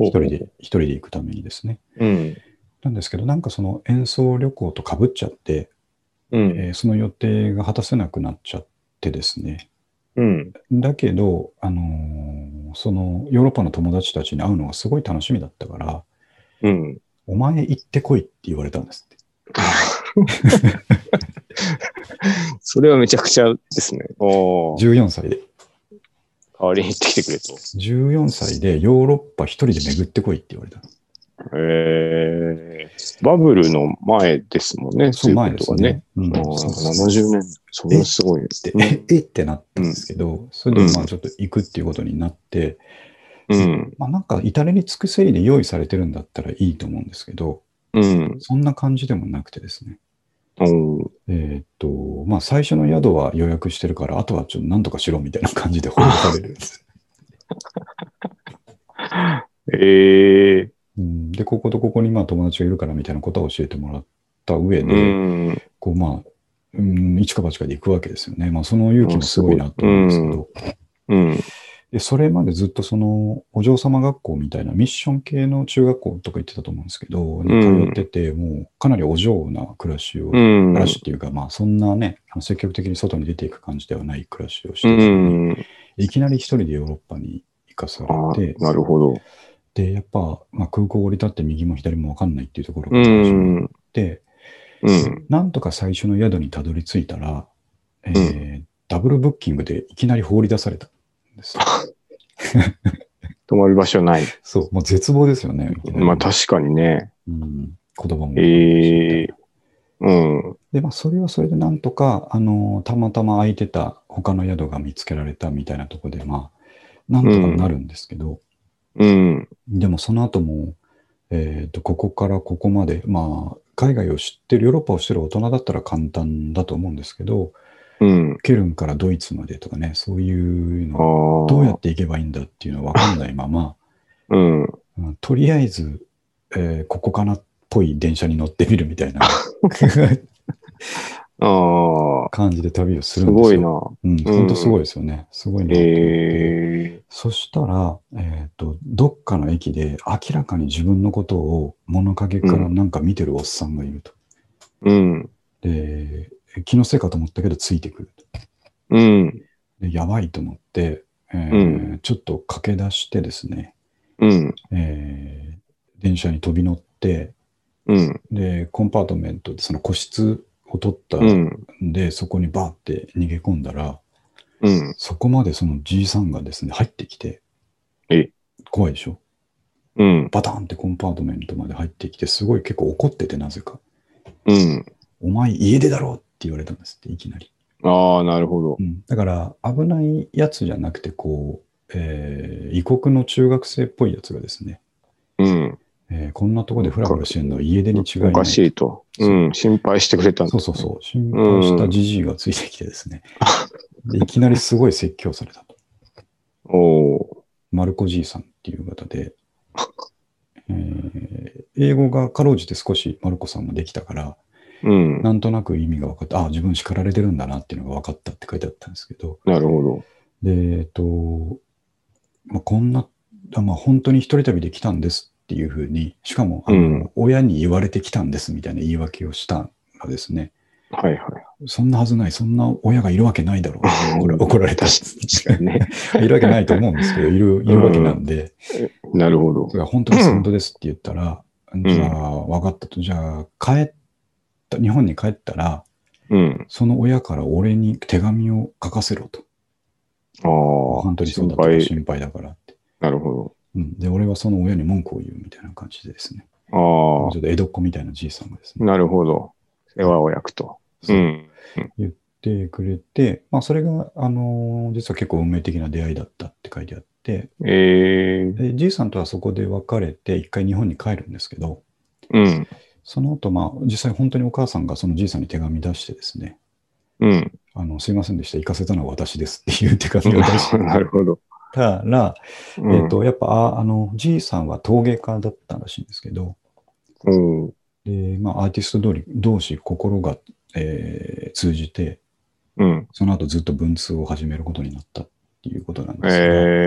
A: 一人で、一人で行くためにですね。
B: うん。
A: なんですけど、なんかその演奏旅行とかぶっちゃって、
B: うん。
A: えーその予定が果たせなくなっちゃってですね。
B: うん。
A: だけど、あのーそのヨーロッパの友達たちに会うのがすごい楽しみだったから、
B: うん。
A: お前行ってこいって言われたんですって。
B: それはめちゃくちゃですね。おお。
A: 14歳で。
B: 代わりに行ってきてくれと。
A: 14歳でヨーロッパ一人で巡ってこいって言われた。
B: ええバブルの前ですもんね。
A: そう前ですね。うん
B: そういうこと
A: そう
B: は
A: そう
B: ね。
A: そう
B: 70年。それはすごいです
A: って、ええってなったんですけど、それでまあちょっと行くっていうことになって、
B: うん。
A: まあなんか至れり尽くせりで用意されてるんだったらいいと思うんですけど、
B: うん。
A: そんな感じでもなくてですね。
B: うん。
A: えーっと、まあ最初の宿は予約してるから、あとはちょっと何とかしろみたいな感じで放り出されるんです。
B: ええ
A: うん、で、こことここにまあ友達がいるからみたいなことを教えてもらった上
B: う
A: で、
B: ん。
A: こうまあ、うん、一か八かで行くわけですよね。まあその勇気もすごいなと思うんですけ
B: うんす
A: ど、
B: うん。
A: で、それまでずっとそのお嬢様学校みたいなミッション系の中学校とか行ってたと思うんですけど、に通ってて、もうかなりお嬢な暮らしを、
B: う
A: 暮
B: ん。
A: らしっていうか、まあそんなね、あの積極的に外に出ていく感じではない暮らしをし
B: う
A: てたのに、
B: ん。
A: いきなり一人でヨーロッパに行かさ
B: あ
A: れて、
B: なるほど。
A: で、やっぱ、まあ、空港降り立って右も左もわかんないっていうところか
B: う
A: ら始まっ
B: ん。
A: て、
B: うん。
A: なんとか最初の宿にたどり着いたら、えーダブルブッキングでいきなり放り出されたんですよ。
B: 泊まる場所ない。
A: そう、もう絶望ですよね。いきなり
B: まあ確かにね。
A: うん、言葉もわかんないし
B: ええうん。
A: で、まあ、それはそれでなんとか、あのたまたま空いてた他の宿が見つけられたみたいなところで、まあ、なんとかなるんですけど、
B: うん。
A: でもその後も、えっ、と、ここからここまで、まあ、海外を知ってる、ヨーロッパを知ってる大人だったら簡単だと思うんですけど、
B: うん。
A: ケルンからドイツまでとかね、そういう
B: あ
A: の、
B: あ。
A: どうやって行けばいいんだっていうのは分かんないまま、
B: うん。
A: うんとりあえず、えーここかなっぽい電車に乗ってみるみたいな
B: ああ。
A: 感じで旅をす
B: す
A: るんですよ。
B: ごいな。
A: うん、本当すごいですよね。すごいなと思って
B: ええ
A: そしたら、えっ、と、どっかの駅で明らかに自分のことを物陰からなんか見てるおっさんがいると。
B: うん。
A: で、気のせいかと思ったけどついてくると。
B: うん。
A: でやばいと思って、えー
B: う
A: ちょっと駆け出してですね、
B: うん。
A: えー電車に飛び乗って、
B: うん。
A: で、コンパートメントでその個室を取った
B: うんん。
A: で、そこにバーって逃げ込んだら、
B: うん。
A: そこまでそのじいさんがですね、入ってきて、
B: え
A: 怖いでしょ
B: うん。
A: バタンってコンパートメントまで入ってきて、すごい結構怒ってて、なぜか。
B: うん。
A: お前家出だろうって言われたんですって、いきなり。
B: ああ、なるほど。
A: うん、だから、危ないやつじゃなくて、こう、えー異国の中学生っぽいやつがですね、
B: うん。
A: えーこんなとこでフラフラしてるのは家出に違いない。
B: おかしいと。うん。心配してくれたんだ
A: そうそうそう。心配したじじいがついてきてですね、でいきなりすごい説教されたと。
B: おお
A: マルコじいさんっていう方で、えー英語がかろうじて少しマルコさんもできたから、
B: ー。うん。
A: なんとなく意味が分かった。あ、自分叱られてるんだなっていうのが分かったって書いてあったんですけど。
B: なるほど。
A: で、えっと、まあ、こんな、あまあ、本当に一人旅で来たんですっていうふうに、しかも、あの
B: うん
A: 親に言われてきたんですみたいな言い訳をしたらですね、
B: はいはい。
A: そんなはずない、そんな親がいるわけないだろうって怒ら怒られたん です。
B: 確かにね。
A: いるわけないと思うんですけど、いるいるわけなんで、
B: なるほど
A: そ。れは本当です、本当ですって言ったら、じゃあ、分かったと。じゃあ、帰った、日本に帰ったら、
B: うん。
A: その親から俺に手紙を書かせろと。
B: ああ、
A: 本当にそうだった
B: 心
A: ら
B: 配
A: 心配だからって、
B: なるほ
A: うん。で、俺はその親に文句を言うみたいな感じでですね。ち
B: ど。
A: ょ
B: あ
A: っと江戸っ子みたいなじいさんがです
B: あ、
A: ね、
B: なるほど。世話を焼くと。う
A: そう言っ
B: ん。
A: てくれて、まあ、それが、あのー実は結構運命的な出会いだったって書いてあって、
B: ええ
A: でじいさんとはそこで別れて、一回日本に帰るんですけど、
B: うん。
A: その後、まあ、実際本当にお母さんがそのじいさんに手紙出してですね、
B: うん。
A: あの、すいませんでした、行かせたのは私ですっていう手紙を出し
B: なるほど。
A: たら、
B: うん
A: えっ、と、やっぱ、ああの、じいさんは陶芸家だったらしいんですけど、
B: うん。
A: で、まあ、アーティスト通り同士心が、えー通じて、
B: うん。
A: その後ずっと文通を始めることになったっていうことなんですが、
B: え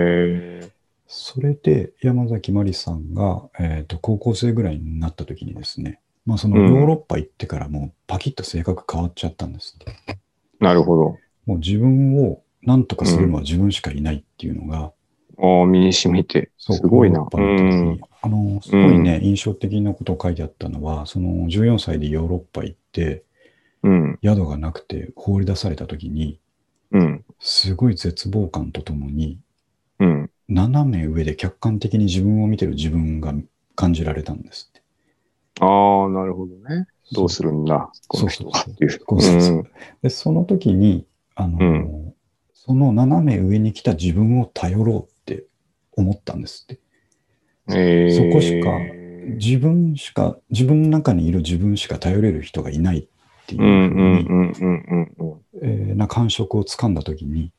B: え
A: それで山崎まりさんが、えー、と高校生ぐらいになった時にですね、まあ、その
B: うん
A: ヨーロッパ行ってからもうパキッと性格変わっちゃったんですって、
B: なるほど。
A: もう自分を何とかするのは自分しかいないっていうのが、
B: ああ、身に染みて。す
A: そう
B: ごいな
A: ヨ。ー
B: う
A: ロッパの時に
B: ん。
A: あの、すごいね、印象的なことを書いてあったのは、その14歳でヨーロッパ行って、
B: うん。
A: 宿がなくて放り出された時に、
B: うん。
A: すごい絶望感とともに、
B: うん。
A: 斜め上で客観的に自分を見てる自分が感じられたんですって。
B: ああ、なるほどね。どうするんだ、こ
A: そ
B: の
A: う
B: 人
A: そう
B: は
A: そ
B: っ
A: う
B: ていう。
A: こうそうそうで、その時に、あの、
B: うん
A: その斜め上に来た自分を頼ろうって思ったんですって。
B: うんええ
A: そこしか自分しか、自分の中にいる自分しか頼れる人がいないっていううんふ
B: う
A: うに
B: んうんうんうん
A: えーな感触をつかんだ時に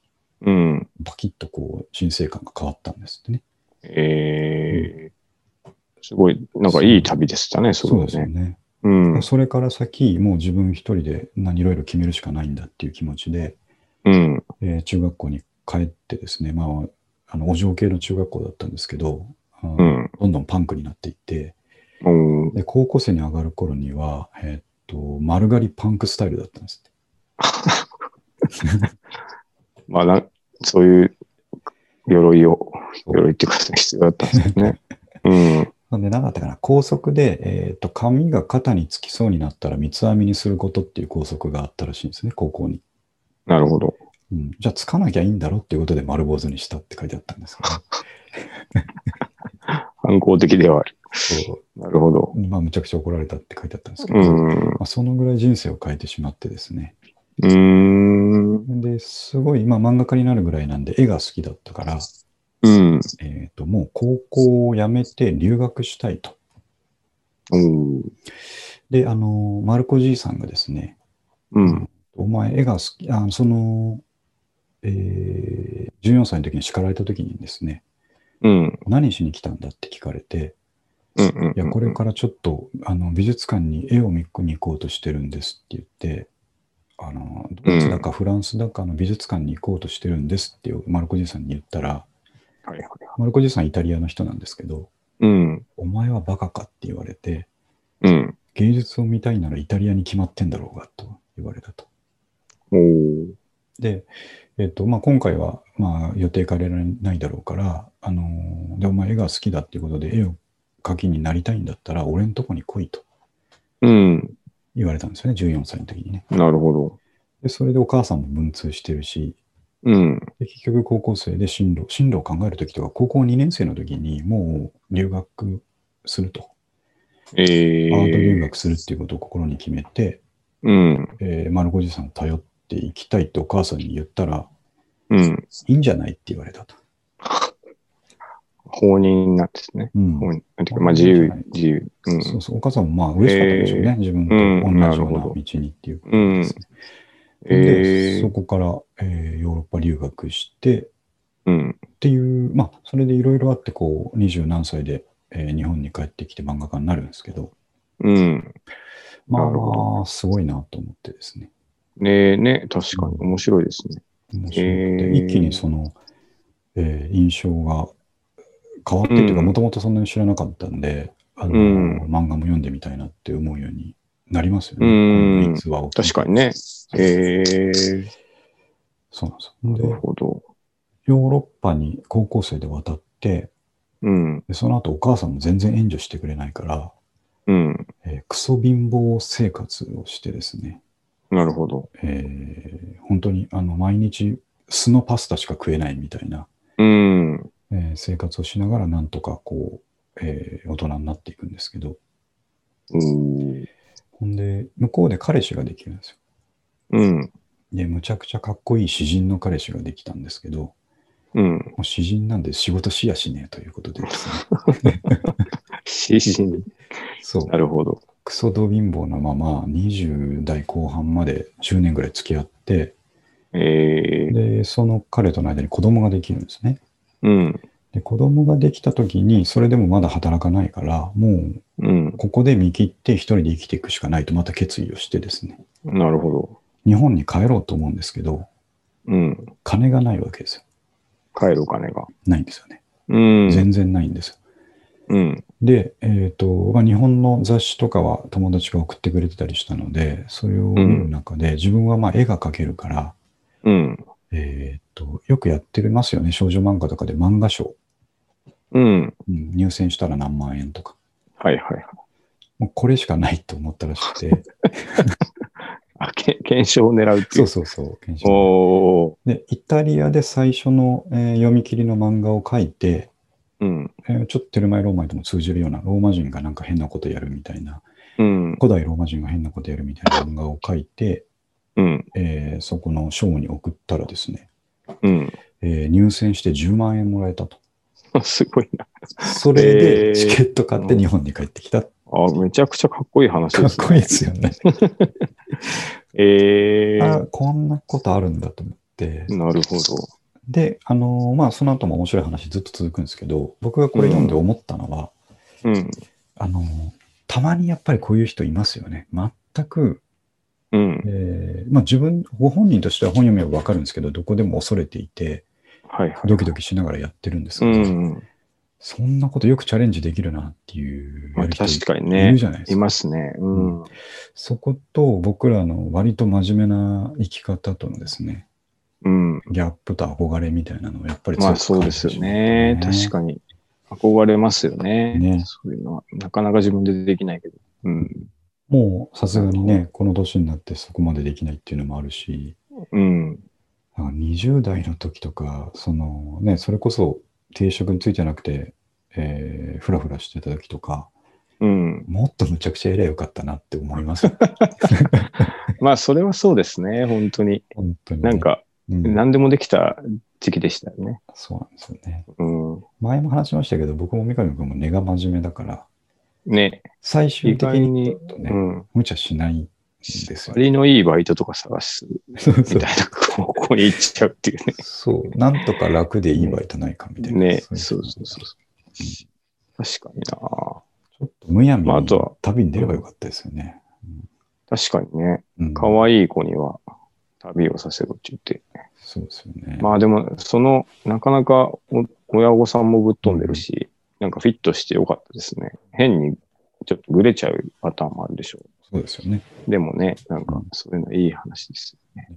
B: うん。うん。
A: パキッとこう人生観が変わったんですってね。
B: ええすごい、なんかいい旅でしたね、そう
A: です
B: だ
A: よ
B: ね。
A: ね。
B: うん。
A: それから先もう自分一人で何いろいろ決めるしかないんだっていう気持ちで、
B: うん。
A: えー中学校に帰ってですね、まあ、あのお嬢系の中学校だったんですけど、あー
B: うん。
A: どんどんパンクになっていって
B: うん。
A: で高校生に上がる頃には、えーっと丸刈りパンクスタイルだったんですって。
B: まあな、そういう鎧を、鎧っていうか、必要だったんです よね。うん。
A: なんで、なかったかな。校則で、えっ、と、髪が肩につきそうになったら三つ編みにすることっていう校則があったらしいんですね、高校に。
B: なるほど。
A: うん、じゃあ、つかなきゃいいんだろっていうことで丸坊主にしたって書いてあったんですけど
B: 反抗的ではある。
A: そ
B: なるほど。
A: う、まあ、むちゃくちゃ怒られたって書いてあったんですけ
B: う
A: ど、ま
B: ん。う
A: あ、そのぐらい人生を変えてしまってですね。
B: ーん。
A: で、すごい、今、漫画家になるぐらいなんで、絵が好きだったから、
B: うん。
A: えっ、と、もう高校を辞めて留学したいと。
B: うん。
A: で、あの、マルコじいさんがですね、
B: うん。
A: お前、絵が好き、あその、えー14歳の時に叱られた時にですね、
B: うん。
A: 何しに来たんだって聞かれて、
B: うん。
A: いや、これからちょっと、あの、美術館に絵を見に行こうとしてるんですって言って、あの、ドイツだかフランスだかの美術館に行こうとしてるんですってマルコじいさんに言ったら、
B: はいはい。
A: マルコじいさんイタリアの人なんですけど、
B: うん。
A: お前はバカかって言われて、
B: うん。
A: 芸術を見たいならイタリアに決まってんだろうがと言われたと。
B: おー
A: で、えっとまあ、今回は、まあ、予定からないだろうから、あのーでお前絵が好きだっていうことで絵を描きになりたいんだったら俺のとこに来いと
B: うん。
A: 言われたんですよね14歳の時にね
B: なるほど。
A: でそれでお母さんも文通してるし
B: うん。
A: で結局高校生で進路進路を考える時とか高校2年生の時にもう留学すると、
B: えー。
A: アート留学するっていうことを心に決めて、
B: うん。
A: えー、丸子じさんを頼っていきたいってお母さんに言ったら
B: うん。
A: いいんじゃないって言われたと。
B: 放任なんですね。
A: うん
B: 放任。なんていうかまあ自由、自由。
A: そうそう、お母さんもまあ嬉しかったでしょうね、
B: え
A: 自分と同じような道にっていうことですね。
B: うん。
A: で、
B: え
A: そ
B: ー。
A: こから、えーヨーロッパ留学して
B: うん。
A: っていう、まあ、それでいろいろあって、こう、二十何歳で、えー日本に帰ってきて漫画家になるんですけど、
B: うん。
A: まあ
B: なるほ
A: まあ、すごいなと思ってですね。
B: ねえねえ、確かに面白いですね。
A: 面白くて
B: えー
A: 一気にその、えー印象が変わってという
B: う
A: か、
B: ん
A: もともとそんなに知らなかったんで、あの
B: うん
A: 漫画も読んでみたいなって思うようになりますよね。
B: うん
A: この逸話を聞いて
B: 確かにね。えー。
A: そうなん
B: な
A: ですよ。で、
B: るほど。
A: ヨーロッパに高校生で渡って、
B: うん。
A: でその後お母さんも全然援助してくれないから、クソ貧乏生活をしてですね、
B: なるほど。
A: えー本当にあの毎日酢のパスタしか食えないみたいな、
B: うん。
A: えー生活をしながらなんとかこう、えー大人になっていくんですけど、
B: うん。
A: ほんで、向こうで彼氏ができるんですよ。
B: うん。
A: で、むちゃくちゃかっこいい詩人の彼氏ができたんですけど、も
B: うん。
A: う詩人なんで仕事しやしねえということでですね、
B: 詩人。
A: そう
B: な、るほど。
A: クソド貧乏なまま20代後半まで10年ぐらい付き合って、
B: ええ
A: で、その彼との間に子供ができるんですね。
B: うん。
A: で、子供ができた時に、それでもまだ働かないから、もう
B: うん。
A: ここで見切って一人で生きていくしかないとまた決意をしてですね、
B: なるほど。
A: 日本に帰ろうと思うんですけど、
B: うん。
A: 金がないわけですよ。
B: 帰るお金が。
A: ないんですよね。
B: うん。
A: 全然ないんですよ。
B: うん。
A: で、えっ、と、まあ、日本の雑誌とかは友達が送ってくれてたりしたので、それを見る中で、自分はまあ絵が描けるから、
B: うん。
A: えっ、と、よくやってますよね、少女漫画とかで漫画賞。
B: うん。
A: うん入選したら何万円とか。
B: はいはいはい。
A: もうこれしかないと思ったらしく て、
B: あ、け検証を狙うってい。
A: そううそうそう、検
B: お
A: 証
B: お。
A: で、イタリアで最初の、えー読み切りの漫画を描いて、
B: うん。
A: えーちょっとテルマエローマエとも通じるようなローマ人がなんか変なことやるみたいな、
B: うん。
A: 古代ローマ人が変なことやるみたいな漫画を描いて、
B: うん。
A: えーそこの賞に送ったらですね、
B: うん。
A: えー入選して10万円もらえたと。
B: すごいな。
A: それ
B: えー
A: でチケット買って日本に帰ってきたっ
B: あ、めちゃくちゃかっこいい話
A: か
B: で
A: っ
B: す、ね。
A: こいいですよね。
B: ええ
A: あこんなことあるんだと思って。
B: なるほど。
A: で、あのーまあ、その後も面白い話ずっと続くんですけど、僕がこれ読んで思ったのは、
B: うん。
A: あのーたまにやっぱりこういう人いますよね。全く、
B: うん。
A: えーまあ、自分、ご本人としては本読めばわかるんですけど、どこでも恐れていて、
B: はいはい。
A: ドキドキしながらやってるんです
B: う
A: けど、
B: ん。
A: そんなことよくチャレンジできるなっていう
B: まあ
A: やり人
B: 確かに
A: いる
B: ね。
A: じゃないで
B: い
A: すか。
B: ますね。うん。
A: そこと僕らの割と真面目な生き方とのですね、
B: うん。
A: ギャップと憧れみたいなのをやっぱり
B: まあそうですよね。確
A: に。
B: かに。憧れますよね。
A: ね
B: そういうのは、なかなか自分でできないけど。うん。
A: もうさすがにね、この年になってそこまでできないっていうのもあるし、
B: うん。
A: なんか20代の時とか、そのね、それこそ定職についてなくて、えー、ふらふらしてた時とか、
B: うん。
A: もっとむちゃくちゃえりゃよかったなって思い ます。
B: まあそれはそうですね。本当に。
A: 本当にね、
B: なんか、
A: うん、
B: 何でもできた時期でしたよね。
A: そうなんですよね。
B: うん。
A: 前も話しましたけど、僕も三上君も根が真面目だから、
B: ね。
A: 最終的にちょっと
B: う
A: ね、
B: ん。
A: 無茶しないんですよね。
B: 割のいいバイトとか探す
A: そうそ
B: み
A: う
B: たいな方向に行っちゃうっていうね。
A: そう、なんとか楽でいいバイトないかみたいな。
B: ね
A: い
B: そうそうそう確かにな。
A: ちょっとむやみ
B: まああ
A: に
B: とは
A: 旅に出ればよかったですよね。
B: 確かにね。
A: うん
B: 可愛い子には旅をさせろって言って。
A: そうですよね。
B: まあでも、その、なかなかお親御さんもぶっ飛んでるし、なんかフィットしてよかったですね。変にちょっとぐれちゃうパターンもあるでしょ
A: そうですよね。
B: う。でもね、なんかそういうのいい話ですよね。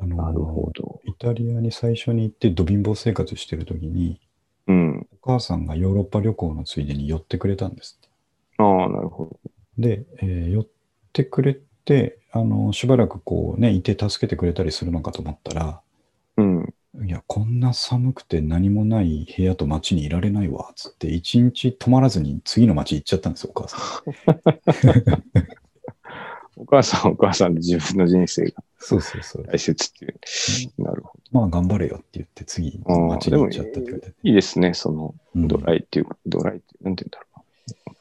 A: あの
B: なるほど。
A: イタリアに最初に行って、ど貧乏生活してる時に、
B: うん。
A: お母さんがヨーロッパ旅行のついでに寄ってくれたんですって。
B: ああ、なるほ
A: で、えー寄ってくれて、あのしばらくこうね、いて助けてくれたりするのかと思ったら、
B: ど。うん。
A: いや、こんな寒くて何もない部屋と町にいられないわ、つって、一日泊まらずに次の町行っちゃったんですよ、お母さん。
B: お母さんお母さんで自分の人生が
A: そうそうそう。
B: 大切っていう。なるほど。
A: まあ、頑張れよって言って、次の町に行っちゃったって言われて。
B: いいですね、その、
A: うん
B: ドライっていうか、ドライって、なんて言うんだろうな。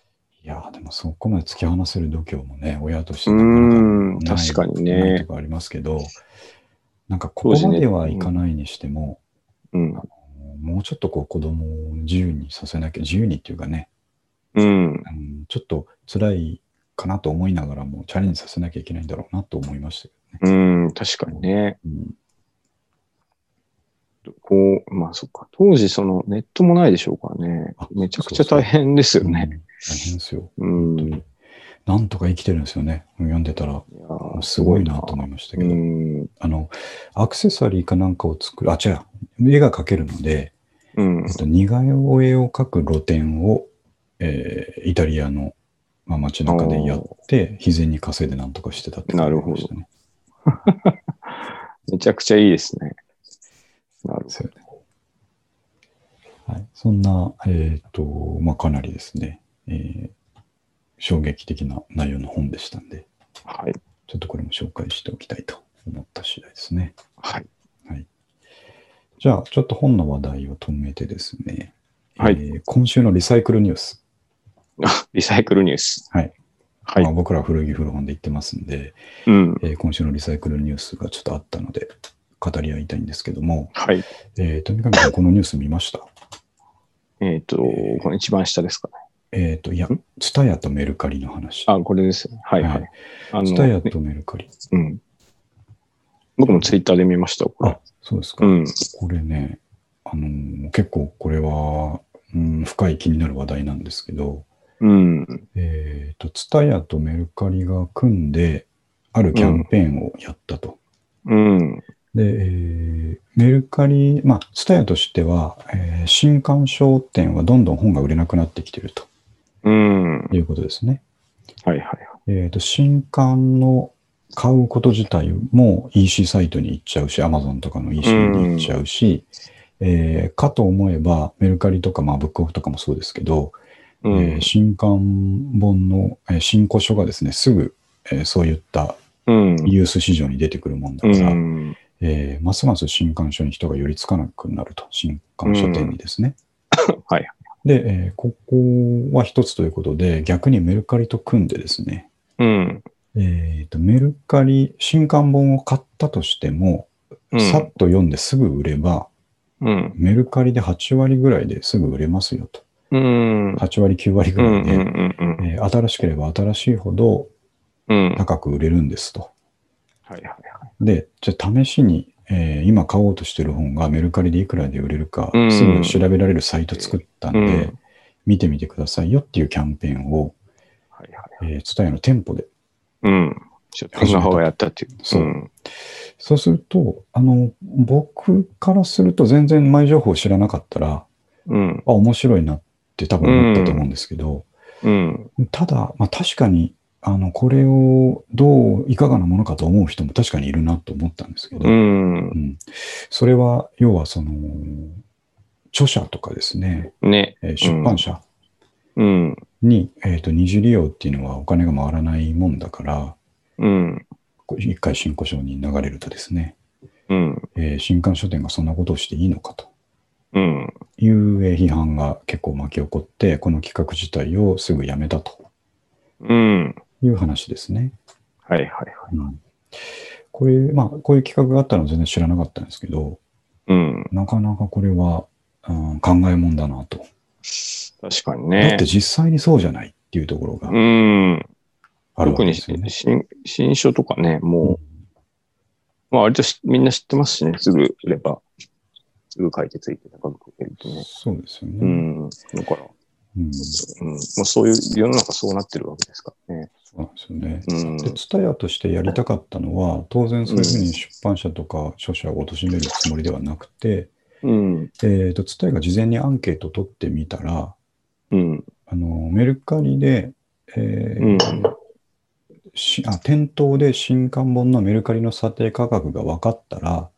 A: いやー、でもそこまで突き放せる度胸もね、親として
B: うー
A: なか
B: ん
A: なない
B: 確かにね
A: ないとかありますけど、なんかここまではいかないにしても、
B: うん。
A: もうちょっとこう子供を自由にさせなきゃ、自由にっていうかね、
B: うん。
A: うん、ちょっと辛いかなと思いながらもチャレンジさせなきゃいけないんだろうなと思いましたけ
B: うん、確かにね。
A: どね。
B: こう、まあそっか。当時、そのネットもないでしょうからね
A: あ。
B: めちゃくちゃ大変です
A: う
B: よ
A: ん、
B: ね。
A: うん大変ですよ。
B: う
A: 本
B: ん。い
A: 当になんとか生きてるんですよね。読んでたら、
B: やー
A: すごいなと思いましたけ
B: う
A: ど。
B: ん。
A: あの、アクセサリーかなんかを作る、あ、違う、絵が描けるので、
B: うん
A: えっ。と似顔絵を描く露店を、えーイタリアのまあ、街中でやって、日銭に稼いでなんとかしてたって感じでしたね。
B: めちゃくちゃいいですね。なるほ
A: そうよねはい、そんな、えっ、と、まあ、かなりですね、えー衝撃的な内容の本でしたんで、
B: ど。はい。
A: ちょっとこれも紹介しておきたいと思った次第ですね。
B: はい。
A: じゃあ、ちょっと本の話題を止めてですね、
B: はい
A: えー今週のリサイクルニュース、
B: あリサイクルニュース。
A: はい。
B: はい
A: まあ、。僕ら古着古本で言ってますんで、
B: うん。
A: えー今週のリサイクルニュースがちょっとあったので、語り合いたいんですけども、
B: はい。
A: えー、とにかくこのニュース見ました。
B: えっ、と、この一番下ですかね。
A: えっ、と、いや
B: ん、
A: ツタヤとメルカリの話。
B: あ、これです。はいはい。
A: はい
B: あ
A: ツタ
B: の、
A: ヤとメルカリ。
B: うん。僕もツイッターで見ました、これ
A: あ。、そうですか。
B: うん。
A: これね、あのー結構これは、うん、深い気になる話題なんですけど、
B: うん。
A: えっ、と、ツタヤとメルカリが組んで、あるキャンペーンをやったと。
B: うん。
A: で、えーメルカリ、まあ、ツタヤとしては、えー新刊商店はどんどん本が売れなくなってきてると
B: うん。
A: いうことですね。
B: はいはいはい。
A: えっ、と、新刊の買うこと自体も EC サイトに行っちゃうし、Amazon とかの EC に行っちゃうし、えーかと思えば、メルカリとか、まあ、ブックオフとかもそうですけど、
B: う
A: えー
B: ん。
A: 新刊本の、えー新古書がですね、すぐ、えーそういった
B: うん。
A: ユース市場に出てくるもんだ
B: う
A: から、
B: ん。
A: えーますます新刊書に人が寄りつかなくなると、新刊書店にですね。
B: はい。
A: で、えーここは一つということで、逆にメルカリと組んでですね、
B: うん。
A: えーとメルカリ、新刊本を買ったとしても、
B: うん
A: さっと読んですぐ売れば、
B: うん。
A: メルカリで8割ぐらいですぐ売れますよと。
B: うん。
A: 8割、9割ぐ
B: う
A: ら
B: ん
A: いで、
B: うんうん
A: えー新しければ新しいほど
B: うん。はい
A: 高く売れるんですと。
B: はいはい。
A: で、じゃあ試しに、えー今買おうとしてる本がメルカリでいくらで売れるか、
B: うん
A: すぐ調べられるサイト作ったんで、
B: うん
A: 見てみてくださいよっていうキャンペーンを、
B: はいはい。
A: えー、伝えの店舗で。
B: うん。ちょっと、その方がやったっていう。
A: そう
B: うん。
A: そうすると、あの、僕からすると全然前情報知らなかったら、
B: うん。
A: あ、面白いなって多分思ったと思うんですけど、
B: うん。
A: ただ、まあ確かに、あの、これをどう、いかがなものかと思う人も確かにいるなと思ったんですけど、
B: うん
A: う。んそれは、要はその、著者とかですね、
B: ね。
A: えー出版社
B: うん。
A: に、えっと二次利用っていうのはお金が回らないもんだから、
B: うん。
A: こう一回新古書に流れるとですね、
B: うん。
A: えー新刊書店がそんなことをしていいのかと
B: うん。
A: いうえー批判が結構巻き起こって、この企画自体をすぐやめたと
B: うん。
A: いう話ですね。
B: はいはいはい。
A: うんこれ、まあ、こういう企画があったのは全然知らなかったんですけど、
B: うん。
A: なかなかこれは、うん、考えもんだなと。
B: 確かに
A: だっ
B: ね
A: て。実際にそうじゃないっていうところが
B: う
A: あ
B: ん。
A: るわ
B: 特
A: け
B: に
A: ですよ
B: 新
A: ね。
B: 新書とかね、もう、まあ割としみんな知ってますしね、すぐ売れば、すぐ解決いて高く売れるとね。
A: そうですよ
B: う
A: ね。
B: ん。だから、
A: うん。
B: うん。もうそういう、世の中そうなってるわけですからね。
A: そうなんですよね。
B: うん。
A: で、ツタヤとしてやりたかったのは、当然そういうふうに出版社とか著者を貶めるつもりではなくて、
B: うん。
A: えっと、ツタヤが事前にアンケート取ってみたら、
B: うん。
A: あの、メルカリで、えー
B: うん
A: しあ店頭で新刊本のメルカリの査定価格が分かったら、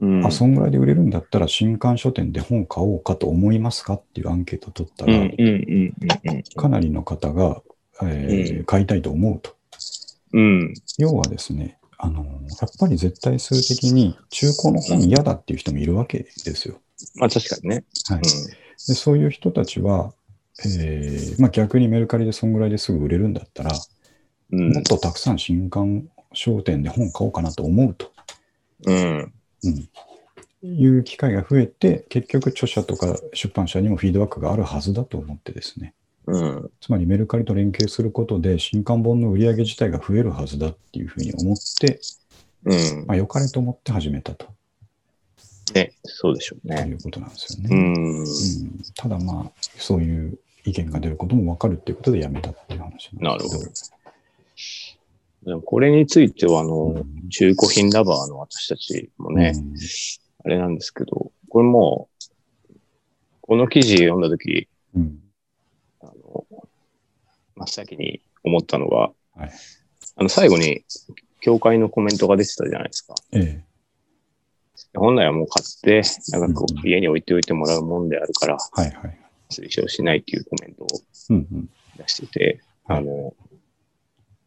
B: うん。
A: あ、そんぐらいで売れるんだったら新刊書店で本買おうかと思いますかっていうアンケートを取った
B: う
A: ら、
B: ん。うん。うん。うん。
A: かなりの方が、えー
B: うん
A: 買いたいと思うと。
B: うん。
A: 要はですね、あのやっぱり絶対数的に中古の本嫌だっていう人もいるわけですよ。
B: まあ確かにね。
A: はい、でそういう人たちは、えーまあ、逆にメルカリでそんぐらいですぐ売れるんだったら、
B: うん。
A: もっとたくさん新刊商店で本買おうかなと思うと。
B: うん。
A: いう機会が増えて、結局著者とか出版社にもフィードバックがあるはずだと思ってですね、
B: うん。
A: つまりメルカリと連携することで、新刊本の売り上げ自体が増えるはずだっていうふうに思って、
B: うん。
A: まあ、良かれと思って始めたと
B: ね、そうでしょうね。
A: いうことなんですよ
B: う
A: ね。
B: ん。
A: うんただまあ、そういう意見が出ることも分かるっていうことでやめたっていう話なんですけ
B: なるでもこれについては、あの、
A: うん
B: 中古品ラバーの私たちもね、あれなんですけど、これもう、この記事読んだとき、
A: うん。
B: あの、真っ先に思ったのは、
A: はい
B: あの、最後に、教会のコメントが出てたじゃないですか。
A: え
B: 本来はもう買って、長く
A: うん
B: 家に置いておいてもらうもんであるから、
A: えはいはい。
B: 推奨しないっていうコメントを
A: うんうん。
B: 出してて、
A: はい
B: あの、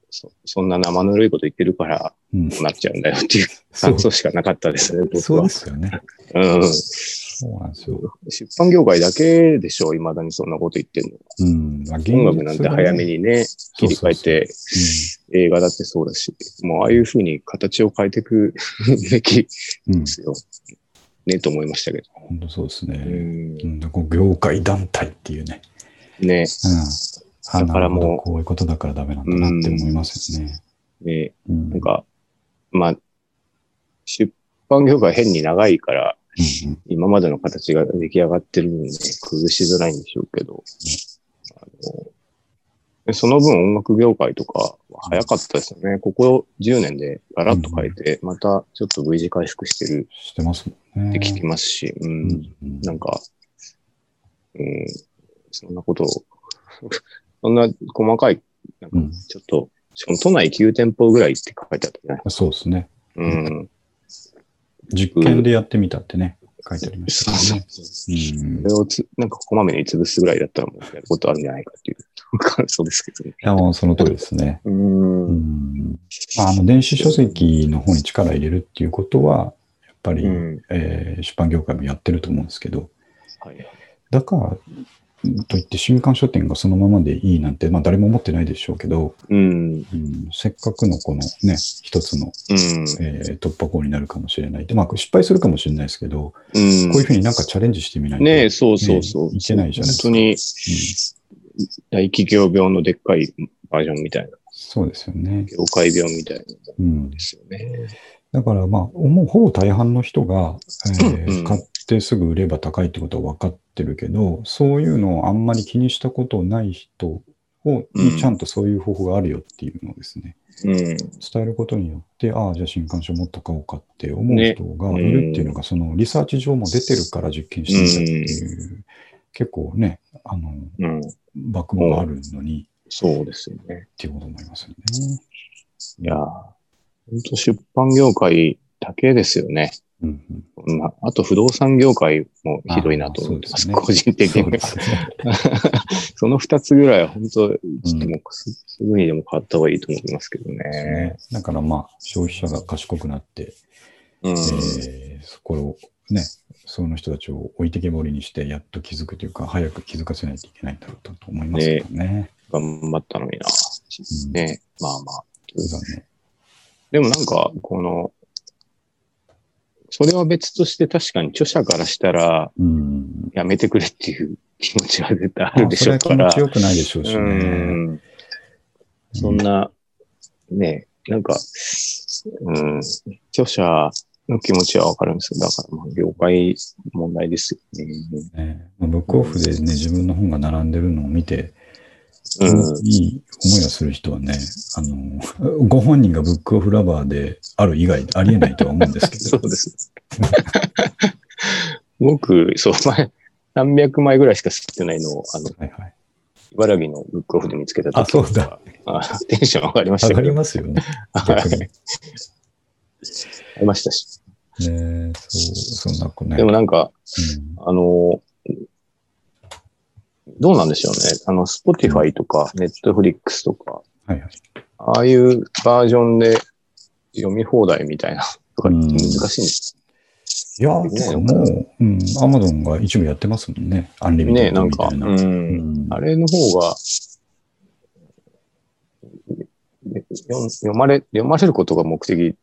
B: そそんな生ぬるいこと言ってるから、
A: うん
B: こうなっちゃうんだよっていう
A: そう
B: 感想しかなかったですね、僕
A: そう
B: は
A: で。すよね。
B: うん。
A: そうなんですよ。
B: 出版業界だけでしょう、未だにそんなこと言ってるの。
A: うん。まあ、現実
B: 音楽なんて早めにね、切り替えて、
A: そうそ
B: 映画だってそうだし、もうああいうふうに形を変えていく べきで
A: う。うん。うん
B: すよ。ね、と思いましたけど。
A: 本当そうです
B: う
A: ね。
B: ん
A: うん、こう業界団体っていうね。
B: ね、
A: う
B: だからもう
A: なるほどこういうことだからダメなんだなって思いますよね。
B: ね、
A: うん
B: なんか、まあ、出版業界変に長いから、
A: うんうん
B: 今までの形が出来上がってるんで、崩しづらいんでしょうけど、あのその分音楽業界とかは早かったですよね。ここ10年でガラッと変えて、またちょっと V 字回復してる
A: してますもん
B: っ
A: ね。
B: て聞きますし、う、
A: うんんうん
B: なんか、うん、そんなことを、 そんな細かい、なんか
A: うん
B: ちょっと、しかも都内9店舗ぐらいって書いてあったじゃない
A: そうですね。
B: うん。
A: 実験でやってみたってね、書いてありましたからね。うん
B: それをつ、なんかこまめに潰すぐらいだったらもうやることあるんじゃないかっていう 感想ですけどね。
A: いや、もうその通りですね。
B: う。
A: うんん。まあ、あの、電子書籍の方に力入れるっていうことは、やっぱり、
B: うん。
A: えー出版業界もやってると思うんですけど、
B: はい。
A: だから、といって新刊書店がそのままでいいなんて、まあ誰も思ってないでしょうけど、
B: うん。
A: うん、せっかくのこのね、一つの
B: うん。
A: えー突破口になるかもしれない。で、まあ、失敗するかもしれないですけど、
B: うん。
A: こういうふうになんかチャレンジしてみないと。
B: ねえ、そうそうそう。
A: ねいけないじゃないですか
B: 本当に、大企業病のでっかいバージョンみたいな、
A: そうですよね。
B: 業界病みたいなもん
A: うん
B: で。すよね。
A: だから、まあ、もうほぼ大半の人が、えー
B: うん
A: 買ってすぐ売れば高いってことは分かってるけど、そういうのをあんまり気にしたことない人を、
B: うん
A: にちゃんとそういう方法があるよっていうのをですね、
B: うん。
A: 伝えることによって、ああ、じゃあ新刊書もっと買おうかって思う人がいるっていうのが、そのリサーチ上も出てるから実験してみたっていう、結構ね、あの、
B: うん。
A: バックボーンがあるのに
B: そうですよね。
A: っていうことになりますよね。
B: いやー、本当出版業界だけですよね。
A: うんうん
B: こんなあと不動産業界もひどいなと思ってます。
A: あーそ
B: 個人的
A: そう
B: に
A: で
B: は。
A: すね。
B: その二つぐらいは本当、ちょっともうすすぐにでも変わった方がいいと思いますけどね。
A: だからまあ、消費者が賢くなって、
B: うん。
A: えーそこをね、その人たちを置いてけぼりにして、やっと気づくというか、早く気づかせないといけないんだろうと思いますけどね。
B: 頑張ったのにな。
A: ん
B: ね。まあまあ。
A: そうだね
B: でもなんか、この、それは別として確かに著者からしたら、
A: うん。
B: やめてくれっていう気持ちは絶対あ
A: ま
B: る
A: あ
B: で
A: そ
B: し
A: れ
B: ょう
A: は
B: か
A: 気
B: ら。
A: 持ちよくないでしょうしね。
B: ん。そんな、ね、なんか、うん、著者の気持ちはわかるんですけど、だからまあ業界問題ですよね。
A: ねまあブックオフでね、自分の本が並んでるのを見て、
B: うん
A: いい思いをする人はね、あの、 ご本人がブックオフラバーである以外、ありえないとは思うんですけ
B: そ
A: ど。
B: うです。僕、そう、前、何百枚ぐらいしか吸ってないのを、あの、
A: はいはい。
B: 茨城のブックオフで見つけた時
A: あそうだ。
B: あテンション上がりました
A: 上
B: け
A: が
B: ど。
A: りますよね。
B: はい
A: 逆に。ね
B: ありましたし。
A: えそう、そんなこね。
B: でもなんか、
A: うん
B: あの、どうなんでしょうね。あの、Spotify とか Netflix とか、
A: はいはい。
B: ああいうバージョンで読み放題みたいなとか難しいんです
A: いや、
B: ね
A: てかもう、うん、アマゾンが一部やってますもんね。アンリ
B: ね。
A: ミ
B: ね
A: テッ
B: な
A: ド
B: ん
A: みた
B: か、
A: いうな。
B: ん。あれの方が、ね読読まれ、読まれることが目的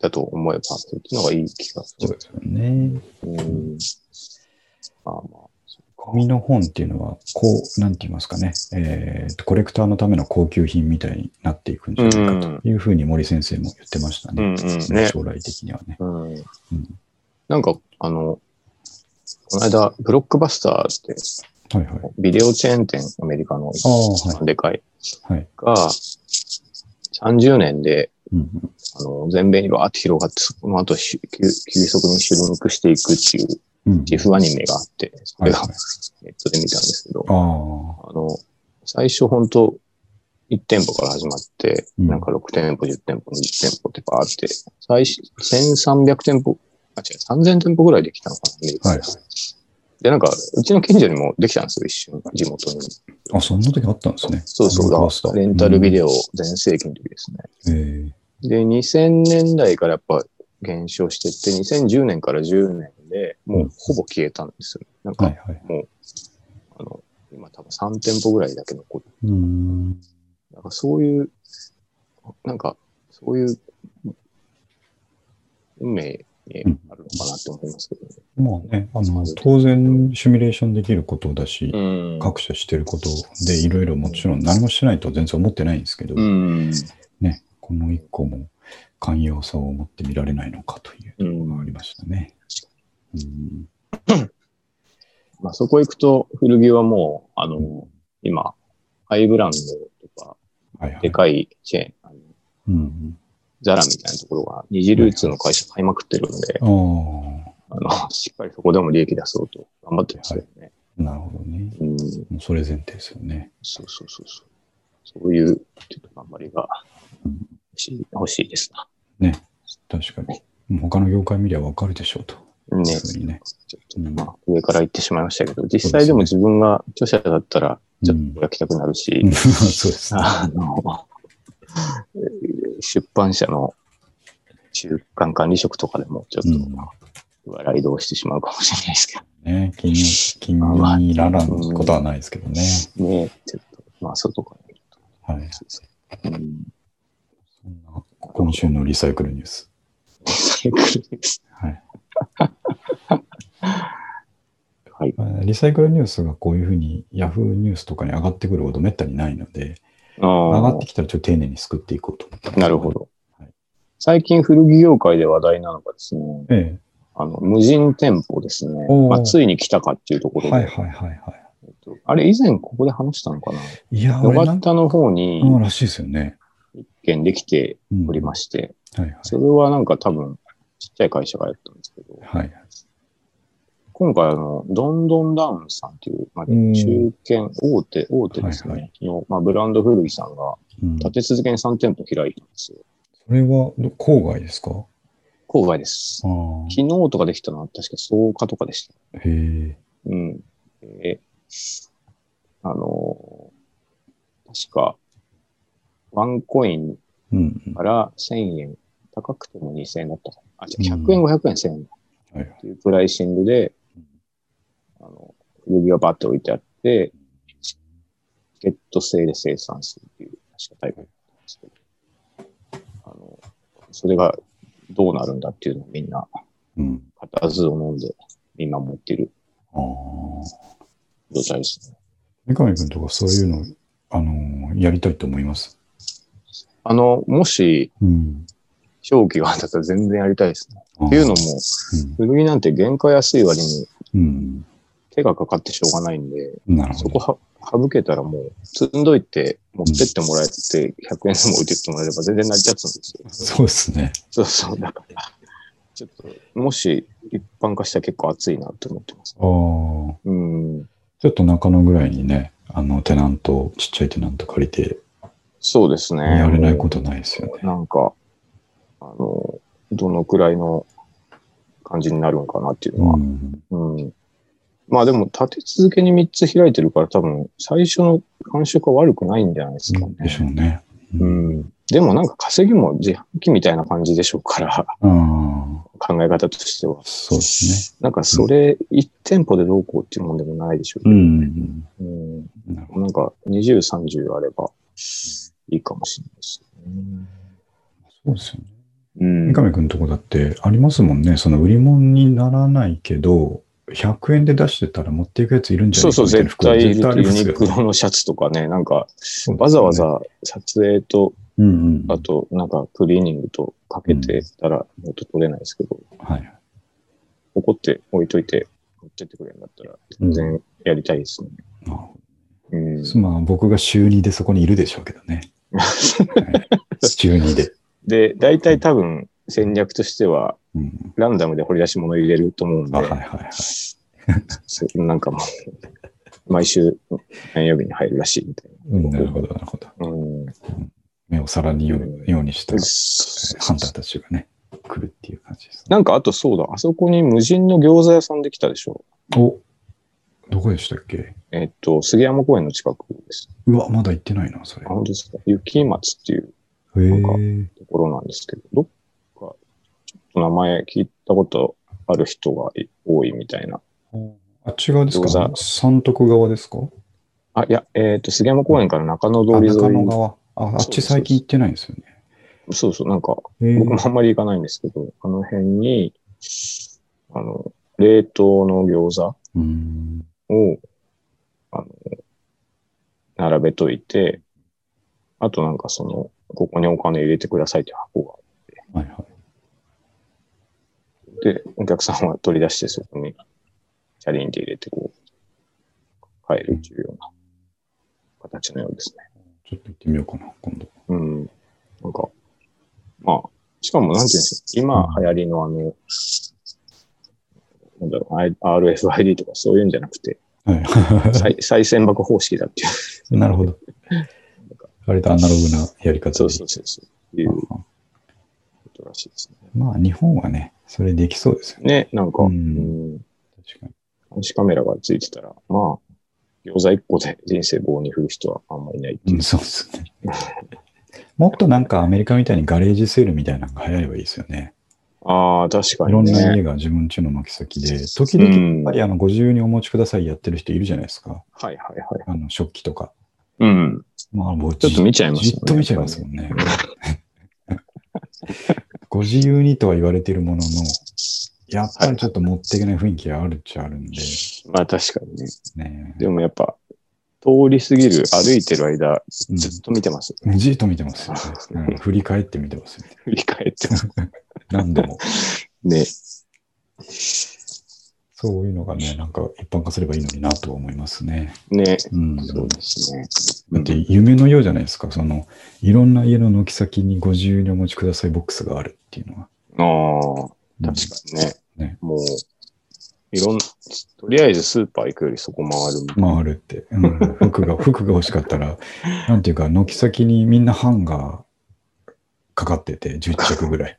B: だと思えば、そっちの方がいい気がす
A: そう
B: る。
A: ですよね。
B: うん。まあまあ、
A: 紙の本っていうのは、こう、なんて言いますかね、えーと、コレクターのための高級品みたいになっていくんじゃないかというふうに森先生も言ってました
B: う
A: ね。
B: んうんね。
A: 将来的にはね。
B: うん
A: ん
B: なんか、あの、この間、ブロックバスターって、
A: はいはい。
B: ビデオチェーン店、アメリカの
A: ああ、は
B: でかい、
A: い。はい。
B: が、30年で、
A: うんうん
B: あの、全米にわーって広がって、その後、し急急速にシュリンクしていくっていう、
A: うん
B: ジフアニメがあって、それが
A: はいは
B: ネットで見たんですけど、
A: ああ、
B: あの、最初本当1店舗から始まって、
A: うん
B: なんか6店舗、10店舗、20店舗ってバーって、最初1300店舗、あ、違う、3000店舗ぐらいできたのかな、アメリカ
A: はい
B: で、なんか、うちの近所にもできたんですよ、一瞬、地元に。
A: あ、そんな時あったんですね。
B: そうそう
A: ロードバスター
B: レンタルビデオ全盛期の時ですね。
A: うんえ
B: で、2000年代からやっぱ減少してって、2010年から10年でもうほぼ消えたんですよ。なん
A: ー
B: か、
A: はいはい。
B: あの、今多分3店舗ぐらいだけ残って、
A: うーん。
B: なんかそういう、なんか、そういう、運命にあるのかなって思いますけどね。
A: まあね、あの、当然シミュレーションできることだし、
B: うん
A: 各社してることでいろいろもちろん何もしてないとは全然思ってないんですけど、
B: うん。
A: ね、この一個も寛容さを持って見られないのかという
B: う
A: のがあ
B: ん
A: りましたね。うん、
B: まあ、そこ行くと、古着はもう、あの、今、ハイブランドとか、
A: はいはい。
B: でかいチェーン、あの
A: うん
B: ザラみたいなところが、二次流通の会社買いまくってるんで、
A: うん、あ
B: あの、しっかりそこでも利益出そうと頑張ってますよね。
A: あ、なるほどね。
B: うん、
A: もうそれ前提ですよね。
B: そうそうそうそう。そういう、ちょっと頑張りが
A: うん
B: 欲しい、欲しいですな。
A: 確かに。もう他の業界見りゃわかるでしょうと。
B: ね。
A: そうですね
B: ちょっと
A: うん
B: まあ、上から言ってしまいましたけど、実際でも自分が著者だったら、ちょっと焼きたくなるし、
A: うん そうですね。
B: あの、出版社の中間管理職とかでも、ちょっと、笑い動してしまうかもしれないですけど。
A: ね金融、金融にラランことはないですけどね。
B: ねえ、ちょっと、まあ、外から見ると。
A: はい。
B: うん。
A: そんな今週のリサイクルニュース。
B: サイクルです。
A: はい。
B: はい。
A: まあリサイクルニュースがこういうふうに Yahoo ニュースとかに上がってくるほどめったにないので、上が
B: あ
A: ってきたらちょっと丁寧にすくっていこうと思ってます
B: あ、なるほ。ど
A: はい。
B: 最近古着業界で話題なのがですね、
A: え
B: あの、無人店舗ですね。
A: おー
B: まあ、ついに来たかっていうとこ
A: え。
B: ろで、
A: はいはいはいは。
B: えっとあれ以前ここで話したのかない
A: いや、
B: 野
A: 俺なんか
B: 方の方に
A: のらしいですよね。
B: 一軒できて
A: うん
B: おりまして、
A: はいはい。
B: それはなんか多分ちっちゃい会社がやったんですけど、
A: はい。
B: 今回あの、ドンドンダウンさんっていう、まあ、
A: うん
B: 中堅、大手、大手ですね、
A: はいは
B: の、まあ、ブランド古着さんが
A: うん
B: 立て続けに3店舗開いたんですよ。
A: それはど郊外ですか
B: 郊外です
A: あ。あ。
B: 昨日とかできたのは確か草加とかでした。
A: へえ。
B: うん。えーあのー確か、ワンコイン
A: うんうん。
B: から1000円、高くても2000円だったかな。あ、違
A: う
B: う、
A: ん
B: 100円、500円、1000円
A: はいはい
B: っていうプライシングで、あの、古着がバッと置いてあって、チケット制で生産するっていう、確かタイプなんですけど、あの、それがどうなるんだっていうのをみんな、
A: うん。
B: 固唾を飲んで見守っている
A: ああ。
B: 状態ですね。
A: 三上君とかそういうの、あのーやりたいと思います。
B: あの、もし、
A: うん。
B: 表記があったら全然やりたいですね。
A: っ
B: っていうのも、古着なんて原価安い割に
A: うん。
B: 手がかかってしょうがないんで、
A: うん。なるほ
B: そ
A: ど。
B: こは省けたらもう、積んどいて、持ってってもらえて、100円でも置いてってもらえれば全然成り立つんですよ。
A: そうですね。
B: そうそう、だから、ちょっと、もし一般化したら結構熱いなって思ってます。
A: ああ。
B: うん、
A: ちょっと中野ぐらいにね、あの、テナント、ちっちゃいテナント借りて、
B: そうですね。
A: やれないことないですよね。
B: なんか、あの、どのくらいの感じになるのかなっていうのは
A: う、ん。
B: うん。まあでも、立て続けに3つ開いてるから、多分、最初の感触は悪くないんじゃないですかね。
A: でしょうね。
B: う
A: うん。
B: ん。でもなんか稼ぎも自販機みたいな感じでしょうから、
A: ああ、
B: 考え方としては。
A: そうです
B: なんかそれ、1店舗でどうこうっていうもんでもないでしょう
A: ね。うん。
B: けど、うん
A: なるほど。
B: なんか20、30あればいいかもしれないです
A: そうですよね。
B: ね。うん
A: 三上君のとこだってありますもんね。その売り物にならないけど、100円で出してたら持っていくやついるんじゃな
B: そ
A: いう
B: そう、絶対いる
A: ありま
B: ユ
A: す
B: ニ
A: よ
B: ク
A: ね。
B: ロのシャツとかね、なんか、
A: そうですね
B: わざわ。ざ撮影と、
A: うんうん。
B: あと、なんか、クリーニングとかけてたら、もっと取れないですけど、
A: はい。
B: 怒って置いといて、持ってってくれるんだったら、全然やりたいですね。
A: なるほ
B: うん。
A: どまあ、僕が週2でそこにいるでしょうけど ね。はい週2で。
B: で、大体多分、戦略としては、
A: うん。
B: ランダムで掘り出し物入れると思うん
A: あ、
B: で
A: はい、はいはい。
B: そなんかもう、毎週、何曜日に入るらしいみたいな。
A: うんなるほど、なるほど。
B: うん。
A: 目を皿によ
B: うん
A: ようにした
B: そ
A: ハンターたちがね、来るっていう感じですね。
B: なんかあとそうだ、あそこに無人の餃子屋さんできたでしょ。
A: おどこでしたっけ
B: えっと、杉山公園の近くです。
A: うわ、まだ行ってないな、それ
B: あ。本当ですか雪松っていう
A: へ
B: なんか
A: え。
B: ところなんですけど、どっかちょっと名前聞いたことある人がい多いみたいな。
A: あっち側です
B: 餃
A: か
B: 子
A: 三徳側ですか
B: あ、いや、えっ、と、杉山公園から中野通
A: あ
B: り沿
A: 中野
B: い
A: 側。ああっ
B: そうそう
A: ち
B: そう
A: 最近行ってないんですよね。
B: そうそう、なんか、
A: へ
B: 僕も
A: ー
B: あんまり行かないんですけど、あの辺に、あの、冷凍の餃子
A: うん。
B: を、あの、並べといて、あとなんかその、ここにお金入れてくださいっていう箱が
A: はいはい。
B: あって、お客さんは取り出してそこに、チャリンで入れてこう、帰るっていうような形のようですね。
A: ちょっと行ってみようかな、今度。
B: うん。なんか、まあ、しかもなんていうんですか、今流行りのあの、なんだろう、I- RFID とかそういうんじゃな くて、
A: は
B: 再再選爆方式だっていう。
A: い。 なるほど。割とアナログなやり方で
B: そうそうそうそう。いう
A: あ
B: こ
A: あ
B: とらしいですね。
A: まあ、日本はね、それできそうですよね。
B: ね、なんか、う
A: うん
B: ん、
A: 確かに。
B: 監視カメラがついてたら、まあ、餃子1個で人生棒に振る人はあんまりいないっていう
A: うん、そうですね。もっとなんかアメリカみたいにガレージセールみたいなのが流行ればいいですよね。
B: ああ、確か
A: いろ
B: に
A: んな
B: ね。
A: 家が自分家の軒先で、時
B: う
A: 々やっ
B: ん。
A: ぱ
B: はい
A: りあのご自由にお持ちくださいやってる人いるじゃないですか。
B: はいはい。
A: あの食器とか。
B: うん。
A: まあ、もう
B: ちょっと見ちゃいますよね。
A: じっと見ちゃいますもんね。 ご自由にとは言われているものの、やっぱりちょっと持っていけない雰囲気があるっちゃあるんで、
B: まあ確かにね。
A: ね。
B: でもやっぱ、通り過ぎる、歩いてる
A: う
B: 間、
A: ん
B: ずっと見てます。
A: じっと見てますよね、うん振り返って見てますよね。
B: 振り返ってます。
A: 何度も。
B: ね。
A: そういうのがね、なんか一般化すればいいのになとは思いますね。
B: ね。
A: うん。
B: そうですね。
A: だって夢のようじゃないですか。その、いろんな家の軒先にご自由にお持ちくださいボックスがあるっていうのは。
B: あ
A: うん
B: あ。確かにね。
A: ね
B: もう、いろん、とりあえずスーパー行くよりそこ回る。
A: まああるって、うん、服 が、服が欲しかったら、なんていうか、軒先にみんなハンガーかかってて、11着ぐらい。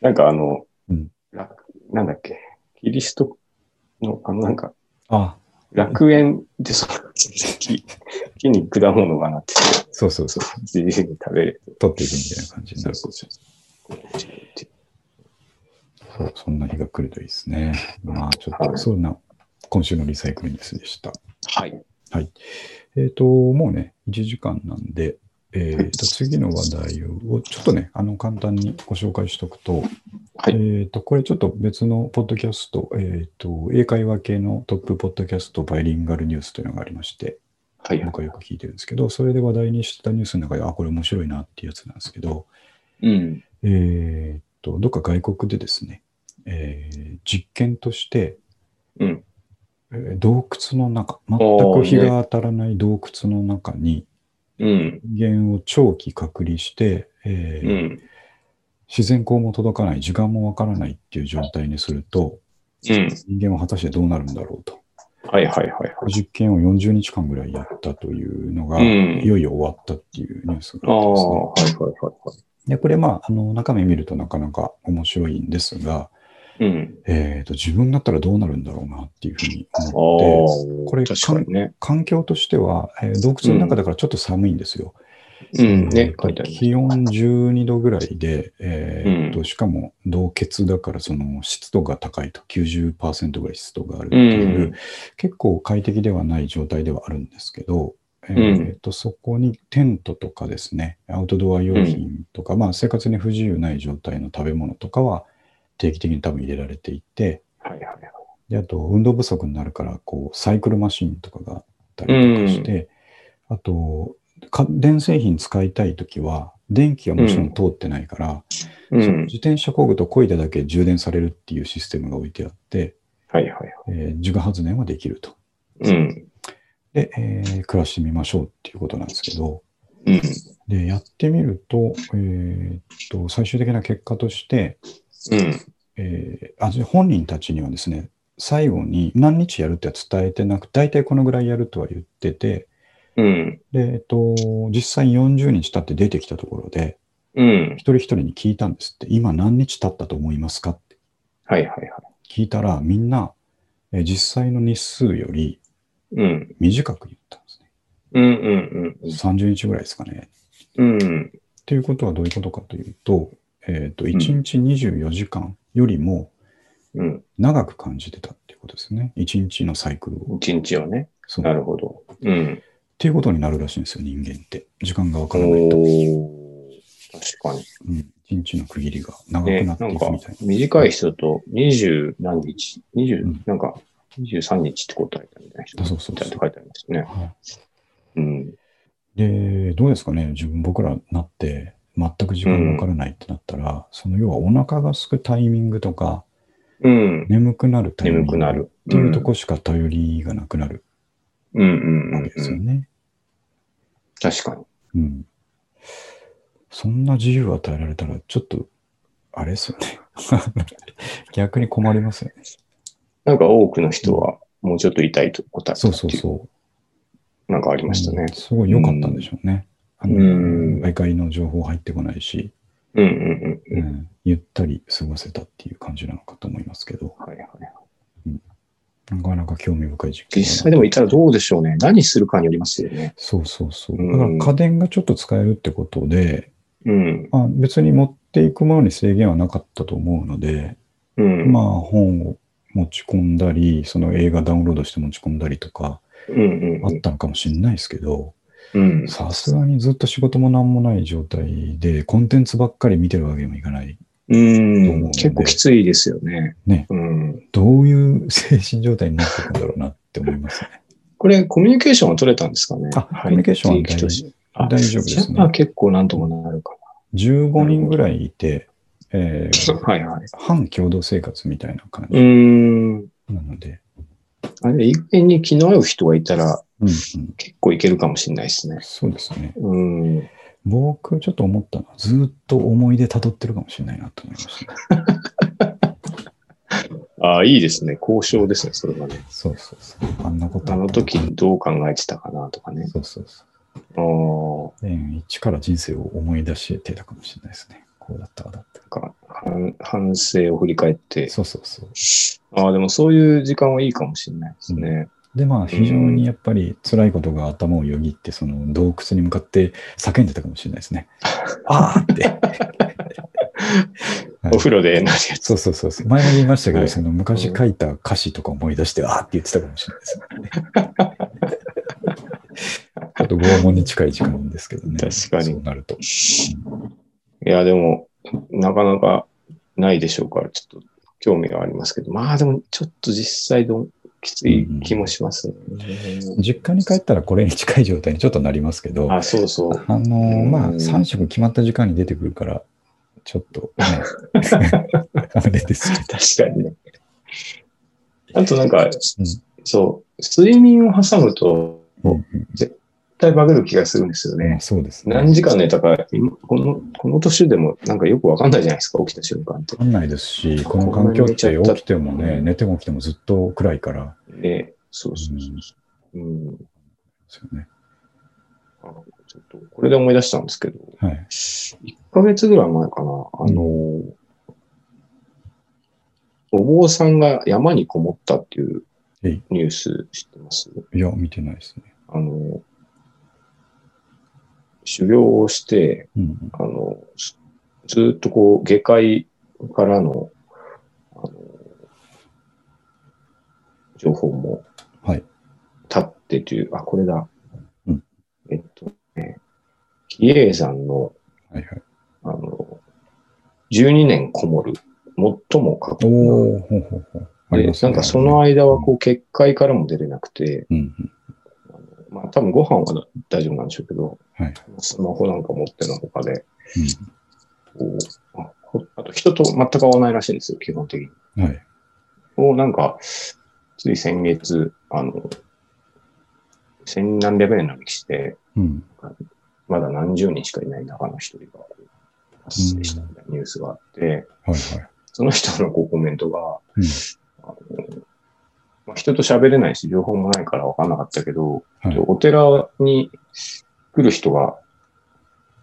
B: なんかあの、
A: うん
B: 楽なんだっけ、キリストの、あのなんか、
A: あ、
B: 楽園でその 木、木に果物がなってて、
A: そうそうそう、
B: 自由に食べれる。
A: 取っていくみたいな感じになる。
B: そうそう
A: そう、そんな日が来るといいですね。まあちょっと、そんな、今週のリサイクルニュースでした。
B: はい。
A: はい。えっ、と、もうね、1時間なんで、えー、と次の話題をちょっとね、あの簡単にご紹介しておくと、
B: はい
A: えー、とこれちょっと別のポッドキャスト、えー、と英会話系のトップポッドキャストバイリンガルニュースというのがありまして、
B: はい。
A: 僕はよく聞いてるんですけど、それで話題にしてたニュースの中で、あ、これ面白いなっていうやつなんですけど、
B: うん。
A: えー、とどっか外国でですね、えー実験として、
B: うん。
A: えー洞窟の中、全
B: ー
A: く日が当たらない洞窟の中に、
B: うん。
A: 人間を長期隔離して、えー
B: うん。
A: 自然光も届かない、時間もわからないっていう状態にすると、
B: うん。
A: 人間は果たしてどうなるんだろうと。
B: はいはいはいは
A: 実験を40日間ぐらいやったというのが、
B: い。
A: い
B: うん。
A: よいよ終わったっていうニュース
B: あ
A: があって
B: あ、
A: ですね。
B: はいはいはいは
A: で、これまあ、あの、中身見るとなかなか面白いんですが、
B: い。うん。
A: えっ、と、自分だったらどうなるんだろうなっていうふうに
B: ああ、
A: 思って、
B: こ
A: これ
B: 確かにね。
A: 環境としては、えー洞窟の中だからちょっと寒いんですよ。
B: うん。
A: え
B: ね
A: ー、
B: 書いてあります。
A: 気温12度ぐらいで、えーっと
B: う
A: しかも同結だからその湿度が高いと90%ぐらい湿度があるっていう、
B: うん
A: 結構快適ではない状態ではあるんですけど、えーっとそこにテントとかですねアウトドア用品とか、まあ、生活に不自由ない状態の食べ物とかは定期的に多分入れられていて
B: はいはいはい。
A: であと運動不足になるからこうサイクルマシンとかがあったりとかして、あとか電製品使いたい時は電気はもちろん通ってないから、
B: う
A: その
B: ん。
A: 自転車工具と漕いだだけ充電されるっていうシステムが置いてあって、
B: はいはいはい。
A: えー自家発電はできると。
B: うん。
A: で、えー暮らしてみましょうっていうことなんですけど、
B: うん。
A: でやってみると,、えーっと最終的な結果として、
B: うん。
A: えーあ本人たちにはですね最後に何日やるって伝えてなく、大体このぐらいやるとは言ってて、
B: うん。
A: で、えっと、実際に40日経って出てきたところで、
B: うん
A: 一。人一人に聞いたんですって、今何日経ったと思いますかって
B: はいはいはい。
A: 聞いたら、みんな、えー実際の日数より
B: うん。
A: 短く言ったんですね。
B: うんうん
A: 30日ぐらいですかね。
B: うん。うん。
A: っていうことはどういうことかというと、えっ、と、
B: ん
A: 1日24時間よりも
B: うん。
A: 長く感じてたっていうことですね。1日のサイクルを。
B: 一日をね。
A: そう。
B: な
A: っ
B: るほど。うん。
A: ていうことになるらしいんですよ、人間って。時間がわ
B: お
A: からないと。
B: ー確かに。
A: うん。1日の区切りが長
B: ね、
A: くな
B: な
A: って
B: ん
A: い
B: か
A: くみたい、
B: 短い人と二十何日、二十、
A: うん
B: なんか、23日って答えたみたいな人
A: あそうそうそう
B: ちゃんと書いてありますね
A: な。。はい
B: うん。
A: で、どうですかね、自分、僕らなって、全く時間がわからないってなったら、その要はお腹が空くタイミングとか、
B: うん。
A: 眠くなるタイミング
B: 眠くなる。
A: っていうとこしか頼りがなくなる
B: うんうんうん
A: わ
B: う
A: けですよ
B: ん。
A: ね。
B: 確かに。
A: うんそんな自由を与えられたら、ちょっと、あれですよね。 逆に困りますよね。
B: なんか多くの人は、もう ちょっと痛いと答えた
A: そう
B: っ
A: そ
B: て
A: う
B: いう、
A: そう。
B: なんかありました
A: う
B: ね
A: ん。すごい良かったんでしょうね。あの
B: うん
A: 毎回の情報入ってこないし、
B: うんうんうん
A: う
B: うん。
A: ん、ゆったり過ごせたっていう感じなのかと思いますけど。
B: はいはい。
A: なかなか興味深い実験
B: 実際でもいたらどうでしょうね。何するかによりますよね。
A: そうそうそうう。
B: ん
A: だから家電がちょっと使えるってことで、
B: うん。
A: まあ、別に持っていくものに制限はなかったと思うので、
B: うん。
A: まあ本を持ち込んだり、その映画ダウンロードして持ち込んだりとか
B: うんうん
A: あ
B: う
A: っ
B: ん。
A: たのかもしれないですけど、
B: うん。
A: さすがにずっと仕事も何もない状態で、コンテンツばっかり見てるわけにもいかない。
B: うん。結構きついですよね。
A: ね
B: うん。
A: どういう精神状態になっていくんだろうなって思いますね。
B: これ、コミュニケーションは取れたんですかね。
A: あ、コミュニケーションは
B: 定期
A: 大
B: と
A: 事
B: してあ
A: 大丈夫です
B: じゃあ
A: ね。
B: 結構なんともなるか
A: 15人ぐらいいて、えー
B: な。はいはい。
A: 反共同生活みたいな感
B: う
A: じ
B: ーん。
A: なので、
B: あれ、意外に気の合う人がいたら
A: うんうん
B: 結構いけるかもしれないですね。
A: そうですね。
B: うん。
A: 僕、ちょっと思ったのは、ずーっと思い出辿ってるかもしれないなと思いました、ね。
B: ああ、いいですね。交渉ですね、それはね。
A: そうそうそう。あんなことった
B: あの
A: な
B: 時どう考えてたかなとかね。
A: そうそうそ
B: あ
A: う。
B: あ。
A: ね一から人生を思い出してたかもしれないですね。こうだった、ああだった。
B: か反反省を振り返って、
A: そうそうそう。
B: ああ、でもそういう時間はいいかもしれないですね。
A: で、まあ、非常にやっぱり辛いことが頭をよぎって、その洞窟に向かって叫んでたかもしれないですね。ああって。うん
B: お風呂でなるやつ。
A: そうそうそうそう。前も言いましたけど、
B: はい
A: その昔書いた歌詞とか思い出して、あーって言ってたかもしれないですね。 ちょっと拷問に近い時間ですけどね。
B: 確かに
A: そうなると。
B: いや、でも、なかなかないでしょうから、ちょっと興味がありますけど、まあでも、ちょっと実際のきつい気もしますね。
A: 実家に帰ったらこれに近い状態にちょっとなりますけど、あ
B: あ、そうそう。
A: のーまあ、
B: うん
A: 3食決まった時間に出てくるから、ちょっとね、 あれですけど。
B: 確か にね。あとなんか、
A: うん
B: そう、睡眠を挟むと、
A: うん
B: 絶対バグる気がするんですよ
A: まあ
B: ね。
A: そうですね。
B: 何時間寝たか、今この、この年でもなんかよくわかんないじゃないですか、起きた瞬間って
A: わ。かんないですし、この環境って起きてもね、寝ても起きてもずっと暗いから
B: ね、そうそうそうそう。う
A: で
B: ん。
A: すよね。
B: あのちょっと、これで思い出したんですけど、
A: はい。
B: 1ヶ月ぐらい前かな、あの、お坊さんが山にこもったっていう
A: えい
B: ニュース知ってます
A: いや、見てないですね。
B: あの、修行をして、
A: うん
B: あの、ずずーっとこう、下界からの、あの、情報も、
A: はい
B: 立ってという、あ、これだ。
A: うん
B: えっとね、比叡山の、
A: はいはい。
B: あの、12年こもる、最も過酷な。
A: おおほうほうほう。あり
B: で、
A: ます
B: な
A: ね
B: んかその、間はこう、結界からも出れなくて、
A: うん
B: まあ多分ご飯はな大丈夫なんでしょうけど、
A: はい
B: スマホなんか持ってのほかで、
A: うん
B: こうあほあと人と全く会わないらしいんですよ、基本的に。
A: うん、はい。
B: をなんか、つい先月、あの、千何百年の歴史で、
A: うん。
B: まだ何十人しかいない中の一人が発生したみたいなニュースがあって、
A: はいはい。
B: その人のこうコメントが、
A: うん
B: あの人と喋れないし、情報もないから分かんなかったけど、
A: はい
B: お寺に来る人が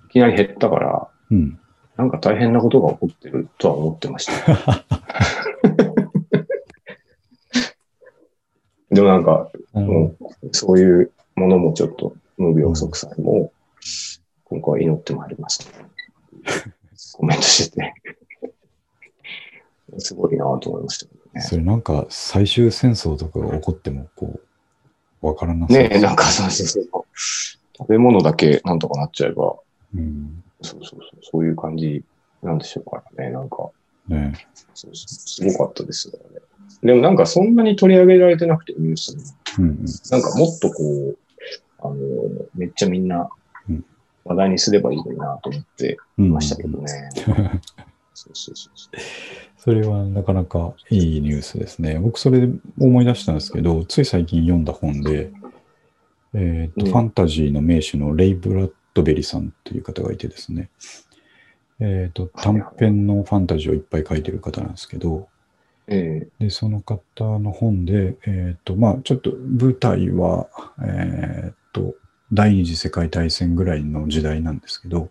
B: いきなり減ったから、
A: うん。
B: なんか大変なことが起こってるとは思ってました。 でもなんか、もう、そういうものもちょっと、無病息災も、今回は祈ってまいりました。 コメントしてて。すごいなと思いましたけどね。
A: それなんか最終戦争とかが起こってもこう、わからなそう
B: ねえ、なんかそうそうそう。食べ物だけなんとかなっちゃえば、
A: うん。
B: そうそうそう、そういう感じなんでしょうからね。なんか、
A: ね
B: そうすごかったですよね。でもなんかそんなに取り上げられてなくて、ニュースに。
A: うんうん。
B: なんかもっとこう、あの、めっちゃみんな
A: うん
B: 話題にすればいいのになと思って
A: うん
B: ましたけどね。そうそうそうそう。
A: それはなかなかいいニュースですね。僕、それで思い出したんですけど、つい最近読んだ本で、えーっと
B: うん
A: ファンタジーの名手のレイ・ブラッドベリさんという方がいてですね、えーっと
B: はいはい
A: 短編のファンタジーをいっぱい書いてる方なんですけど、
B: え
A: でその方の本で、えーっとまあ、ちょっと舞台は、えーっと第二次世界大戦ぐらいの時代なんですけど、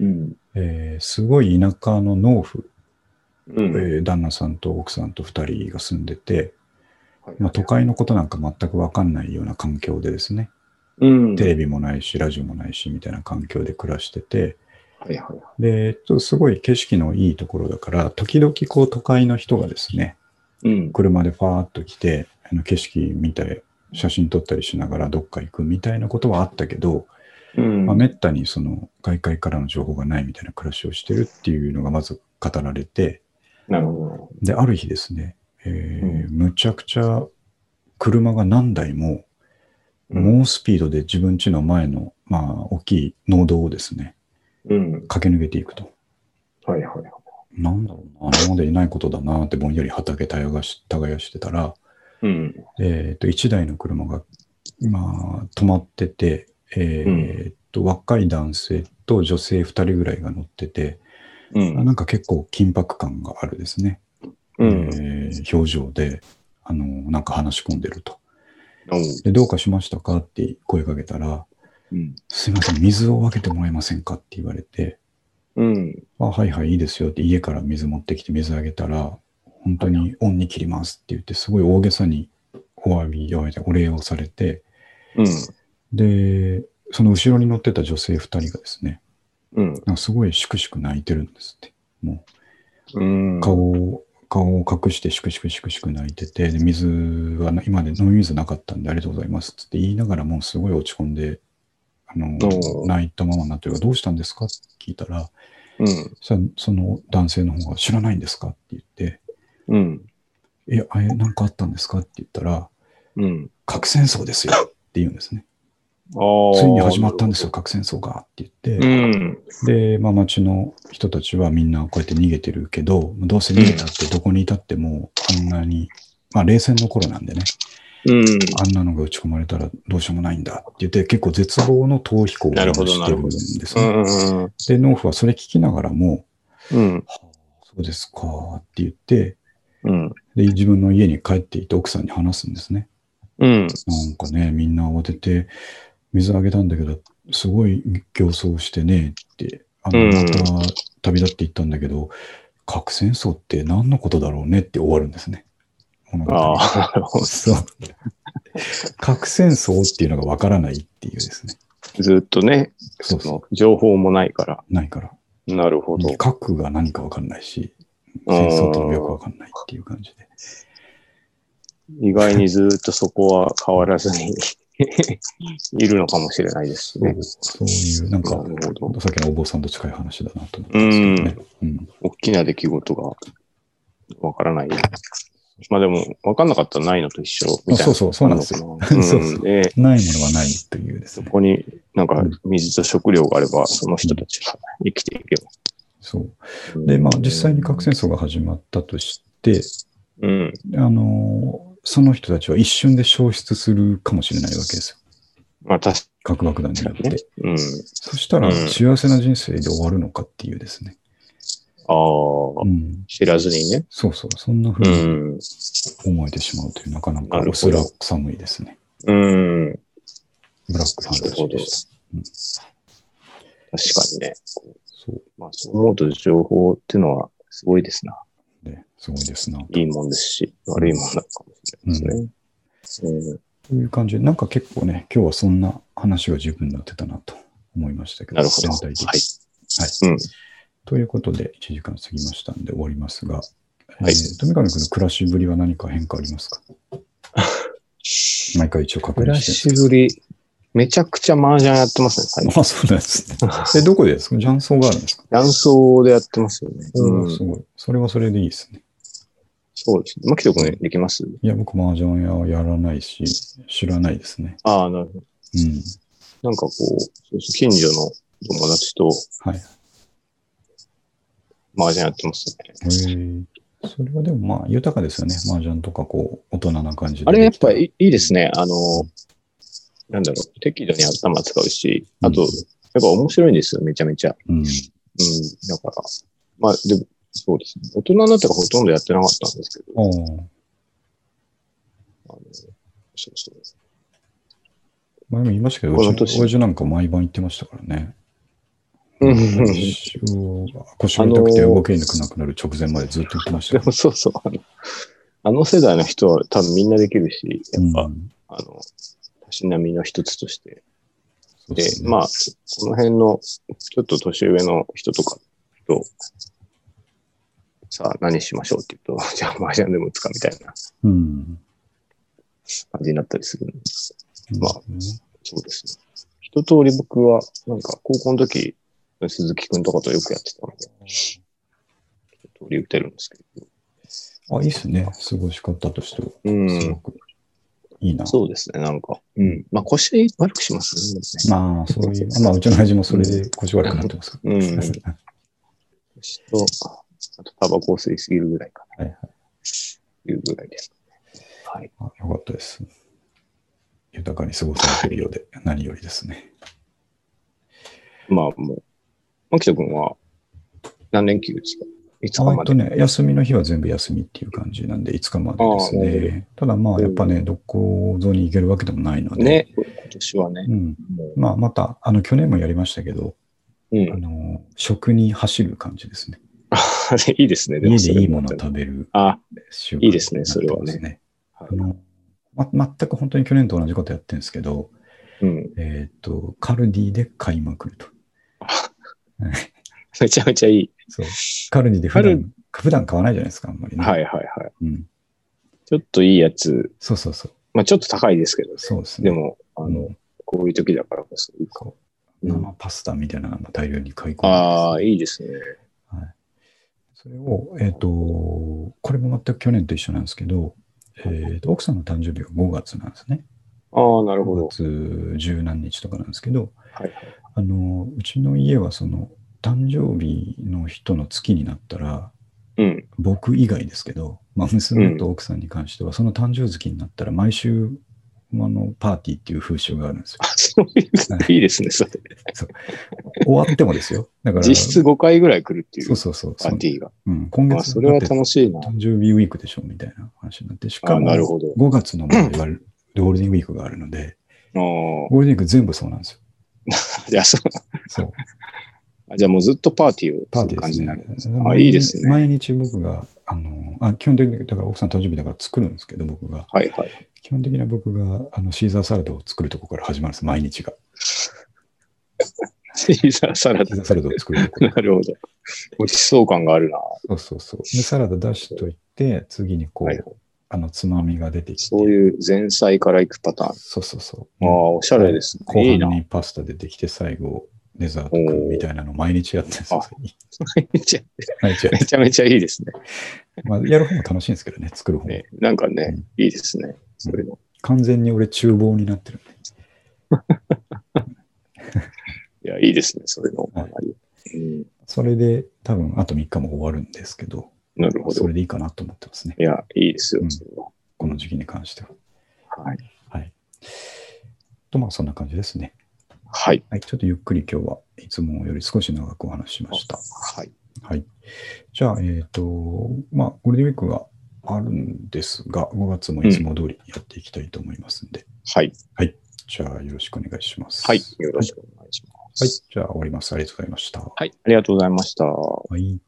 B: えうん。
A: えーすごい田舎の農夫
B: う
A: え
B: ん。
A: ー旦那さんと奥さんと2人が住んでて、
B: はい
A: まあ、都会のことなんか全く分かんないような環境でですね、
B: うん。
A: テレビもないし、ラジオもないし、みたいな環境で暮らしてて、
B: はいはいはい。
A: で、えっとすごい景色のいいところだから、時々こう都会の人がですね、
B: うん。
A: 車でファーっと来て、あの景色見たり、写真撮ったりしながらどっか行くみたいなことはあったけど、
B: うん。
A: まあ、めったにその外界からの情報がないみたいな暮らしをしてるっていうのがまず語られて、
B: なるほ
A: で、ある日ですね、えー
B: う
A: むちゃくちゃ車が何台も
B: ど。う。
A: 猛スピードで自分家の前の、まあ、大きい農道をですね、
B: うん。
A: 駆け抜けていくと。
B: はいはいはい。
A: なんだろうな、今までいないことだなってぼんやり畑耕し耕してたら、
B: うん。
A: えっと1台の車が、まあ、止まってて、えーっと若い男性と女性2人ぐらいが乗ってて、
B: う
A: あ
B: ん。
A: なんか結構緊迫感があるですね、
B: うん。
A: えー表情であのなんか話し込んでると。
B: う
A: で、どうかしましたかって声かけたら、
B: ん。
A: すいません、水を分けてもらえませんかって言われて、
B: うん。
A: あはいはい、いいですよって家から水持ってきて水あげたら、本当に恩に切りますって言って、すごい大げさにお詫びをお礼をされて、
B: うん。
A: で、その後ろに乗ってた女性2人がですね、
B: うん。
A: なんかすごいしくしく泣いてるんですって。も
B: うん。
A: う顔を、顔を隠してしくしくしくしく泣いてて、で水はな今まで飲み水なかったんでありがとうございますって言いながらもうすごい落ち込んで、あの
B: おう
A: 泣いたままなというか、どうしたんですかって聞いたら、
B: うん。
A: そしたらその男性の方が知らないんですかって言って、
B: うん。
A: いや、あれ、なんかあったんですかって言ったら、
B: うん。
A: 核戦争ですよって言うん ですね。
B: ああ。
A: ついに始まったんですよ、。核戦争がって言って、
B: うん。
A: で、まあ、町の人たちはみんなこうやって逃げてるけど、どうせ逃げたってどこにいたってもうあんなに、まあ、冷戦の頃なんでね、
B: うん。
A: あんなのが打ち込まれたらどうしようもないんだって言って、結構絶望の逃避行を
B: なるほど
A: してるんです
B: う
A: ね。
B: ん。
A: で、農夫はそれ聞きながらも、
B: うん。
A: そうですかって言って、
B: うん。
A: で、自分の家に帰っていて奥さんに話すんですね。
B: う
A: な
B: ん。
A: んかね、みんな慌てて、水あげたんだけど、すごい競争してねって、あ
B: う
A: の、
B: ん
A: また旅立っていったんだけど、核戦争って何のことだろうねって終わるんですね。物語
B: ああ、なるほど。
A: そう。 核戦争っていうのがわからないっていうですね。
B: ずっとね、
A: そう
B: そ
A: そ
B: の情報もないから。
A: う。ないから。
B: なるほど。
A: 核が何かわかんないし、戦争ってのもよくわかんないっていう感じで。
B: 意外にずっとそこは変わらずに いるのかもしれないですしね。
A: そういう、なんか、
B: なるほど
A: さっきのお坊さんと近い話だなと思ったんですけどね。うん
B: 大きな出来事がわからない。まあでも、わかんなかったらないのと一緒みたい
A: あそ
B: な。
A: うそうそうなんです
B: よ。
A: そう そう
B: うん、で、
A: ないものはないというです
B: そ
A: ね。
B: こになんか水と食料があれば、その人たちが生きていけば。
A: そう。で、まあ、実際に核戦争が始まったとして、
B: うん。
A: あのー、その人たちは一瞬で消失するかもしれないわけですよ。
B: まあ確
A: 核爆弾になっ
B: かにね
A: て。。
B: うん。
A: そしたら
B: うん、
A: 幸せな人生で終わるのかっていうですね。
B: ああ、
A: うん、
B: 知らずにね。
A: そうそう、そんな風
B: う
A: に
B: ん。
A: 思えてしまうという、なかなか
B: なる
A: 薄
B: ほど
A: ら寒いですね。
B: うん。確
A: ブラックファンタジーでした。
B: かにね。
A: そう。
B: まあ、そう思うと情報っていうのはすごいですな。
A: ね、すごいですな。
B: いいもんですし、悪いもんなのかもしれないですね。うん
A: という感じで、なんか結構ね、今日はそんな話が十分になってたなと思いましたけど、
B: なるほど。
A: 全体的に
B: はい。
A: はい。
B: うん
A: ということで、1時間過ぎましたんで終わりますが、
B: はい
A: えー富上君の暮らしぶりは何か変化ありますか毎回一応確
B: 暮
A: 認
B: ら
A: して
B: しぶり、めちゃくちゃ麻雀やってますね、最近。
A: あ、そうなんですね。え、どこでですか雀荘があるんですか
B: 雀荘でやってますよね。う
A: おー
B: ん
A: す。ごい。それはそれでいいですね。
B: そうですね。マキト君できます
A: いや、僕、麻雀屋はやらないし、知らないですね。
B: ああ、なるほど。
A: うん。
B: なんかこう、そうそう近所の友達と
A: はい。
B: 麻雀やってますね。
A: えーそれはでもまあ、豊かですよね。麻雀とか、こう、大人な感じで。
B: あれやっぱいいいいですね。あの、なんだろう、適度に頭使うし、あと、
A: うん
B: やっぱ面白いんですよ、めちゃめちゃ。
A: うん。
B: うん、だから、まあ、でも、そうですね。大人になってからほとんどやってなかったんですけど、
A: ああ。
B: あのそうそう
A: 前も言いましたけど、
B: この
A: う
B: 年
A: ち親父なんか毎晩行ってましたからね。
B: うん
A: 腰 を腰が痛くて動けなくなくなる直前までずっと行ってました
B: で
A: よ
B: もそうそう。あのあの世代の人は多分みんなできるし、やっぱ、
A: うん
B: あの、たしなみの一つとして。
A: そう
B: で、
A: すね
B: まあ、この辺の、ちょっと年上の人とかと、さあ何しましょうって言うと、じ ゃあ麻雀でも打つかみたいな
A: うん。
B: 感じになったりするんです。まあ
A: そうですね
B: そうですね。一通り僕は、なんか高校の時、鈴木くんとかとよくやってたので、一通り打てるんですけど。
A: あ、いいっすね。過ごし方としては。
B: う
A: すご
B: ん。
A: くいいな。
B: そうですね、なんか。うん。まあ腰悪くしますね。
A: まあ、そういう、まあ、うちの親父もそれで腰悪くなってますから。
B: うん。
A: は
B: 腰と、あとタバコを吸いすぎるぐらいか
A: いはい
B: な、いうぐらいです。はい。
A: あよかったです。豊かに過ごされてるようで、何よりですね。
B: まあもう、牧田君は何連休ですかいつか
A: あ
B: ま
A: えっと
B: で。
A: ね、休みの日は全部休みっていう感じなんで、5日までですね。ただまあ、やっぱね、どこぞに行けるわけでもないので、
B: ね、今年はね
A: う。ん、
B: も
A: まあ、また、あの、去年もやりましたけど、
B: うう
A: あ
B: ん。
A: の、食に走る感じですね。
B: あれ、いいですね。
A: 家
B: そ
A: で
B: れ
A: いいものを食べる
B: あ、
A: 習慣
B: いいですねそれはね
A: になってますね。
B: はい
A: あのま、全く本当に去年と同じことやってるんですけど、
B: うん。
A: えっ、と、カルディで買いまくると。
B: めちゃめちゃいい。
A: そう。カルディで普
B: カ
A: 段、普段買わないじゃないですか、あんまりね。
B: はいはいはい。
A: うん。
B: ちょっといいやつ。
A: そうそうそう。
B: まあちょっと高いですけど、
A: そうですね。
B: でも、あ
A: う
B: の、
A: ん
B: こういう時だからこそいいか。
A: こう
B: うん
A: 生パスタみたいなのも大量に買い込んで
B: ああ、いいですね。
A: それを、えっ、と、これも全く去年と一緒なんですけど、えーと、奥さんの誕生日が5月なんですね。
B: ああ、なるほ
A: 5
B: ど。
A: 月十何日とかなんですけど、
B: はい
A: あの、うちの家はその、誕生日の人の月になったら、
B: うん。
A: 僕以外ですけど、まあ、娘と奥さんに関しては、その誕生月になったら、毎週、あの、パーティーっていう風習があるんですよ
B: あ、。そういう、いいですね、それ。
A: 終わってもですよ。だから、
B: 実質5回ぐらい来るってい
A: そう
B: う
A: そうそう。
B: パーティーが。
A: うん、今
B: あ、
A: 月
B: それは楽しいな。
A: 誕生日ウィークでしょみたいな話になって、しか
B: あ
A: も
B: なるほど
A: 5月の場合はゴールデンウィークがあるので、
B: あ
A: ゴールデンウィーク全部そうなんですよ。
B: あ、じゃあ、そう。
A: そう、
B: あじゃあもうずっとパーティーを
A: パー
B: す
A: テ
B: る
A: ィーで
B: 感じ
A: す
B: になる
A: ね
B: んです。。
A: 毎
B: あ、
A: 日
B: いいですね。
A: 毎日僕が、あの、あ基本的に、だから奥さん誕生日だから作るんですけど、僕が。
B: はいはい。
A: 基本的には僕があのシーザーサラダを作るとこから始まるんです、毎日が。
B: シーザーサラ
A: シー
B: ダ
A: ザー。サラダを作るとこ
B: なるほど。ごちそう感があるな。
A: そうそうそう。で、サラダ出しといて、次にこう、
B: はい
A: あの、つまみが出てきて。
B: そういう前菜から行くパターン。
A: そうそうそう。
B: ああ、おしゃれです
A: 後
B: ね。いいな
A: 半。にパスタ出てきて、最後、デザート食うみたいなのを毎日やってるんですよ。
B: めちゃ
A: 毎日や
B: め
A: る
B: ちゃめちゃいいですね。
A: まあ、やる方も楽しいんですけどね、作る方も。
B: ねなんかね、いいですね。そういうの。
A: 完全に俺、厨房になってるんで。
B: いや、いいですね。そういうの。か
A: はい
B: なりうん
A: それで、多分あと3日も終わるんですけど、
B: なるほ
A: そ
B: ど。
A: れ
B: い
A: でいいかなと思ってますね、
B: や、いいですよ
A: う。ん
B: それは
A: この時期に関しては。
B: はい。
A: はい。と、まあ、そんな感じですね。
B: はい。
A: はい、ちょっとゆっくり今日はいつもより少し長くお話ししました。
B: はい。
A: はい。じゃあ、えっ、と、まあ、ゴールデンウィークがあるんですが、5月もいつも通りやっていきたいと思いますんで、
B: はい。
A: じゃあ、よろしくお願いします。
B: はい。よろしくお願いしま
A: はい
B: す。。
A: じゃあ、終わります。ありがとうございました。
B: はい。ありがとうございました。
A: はい。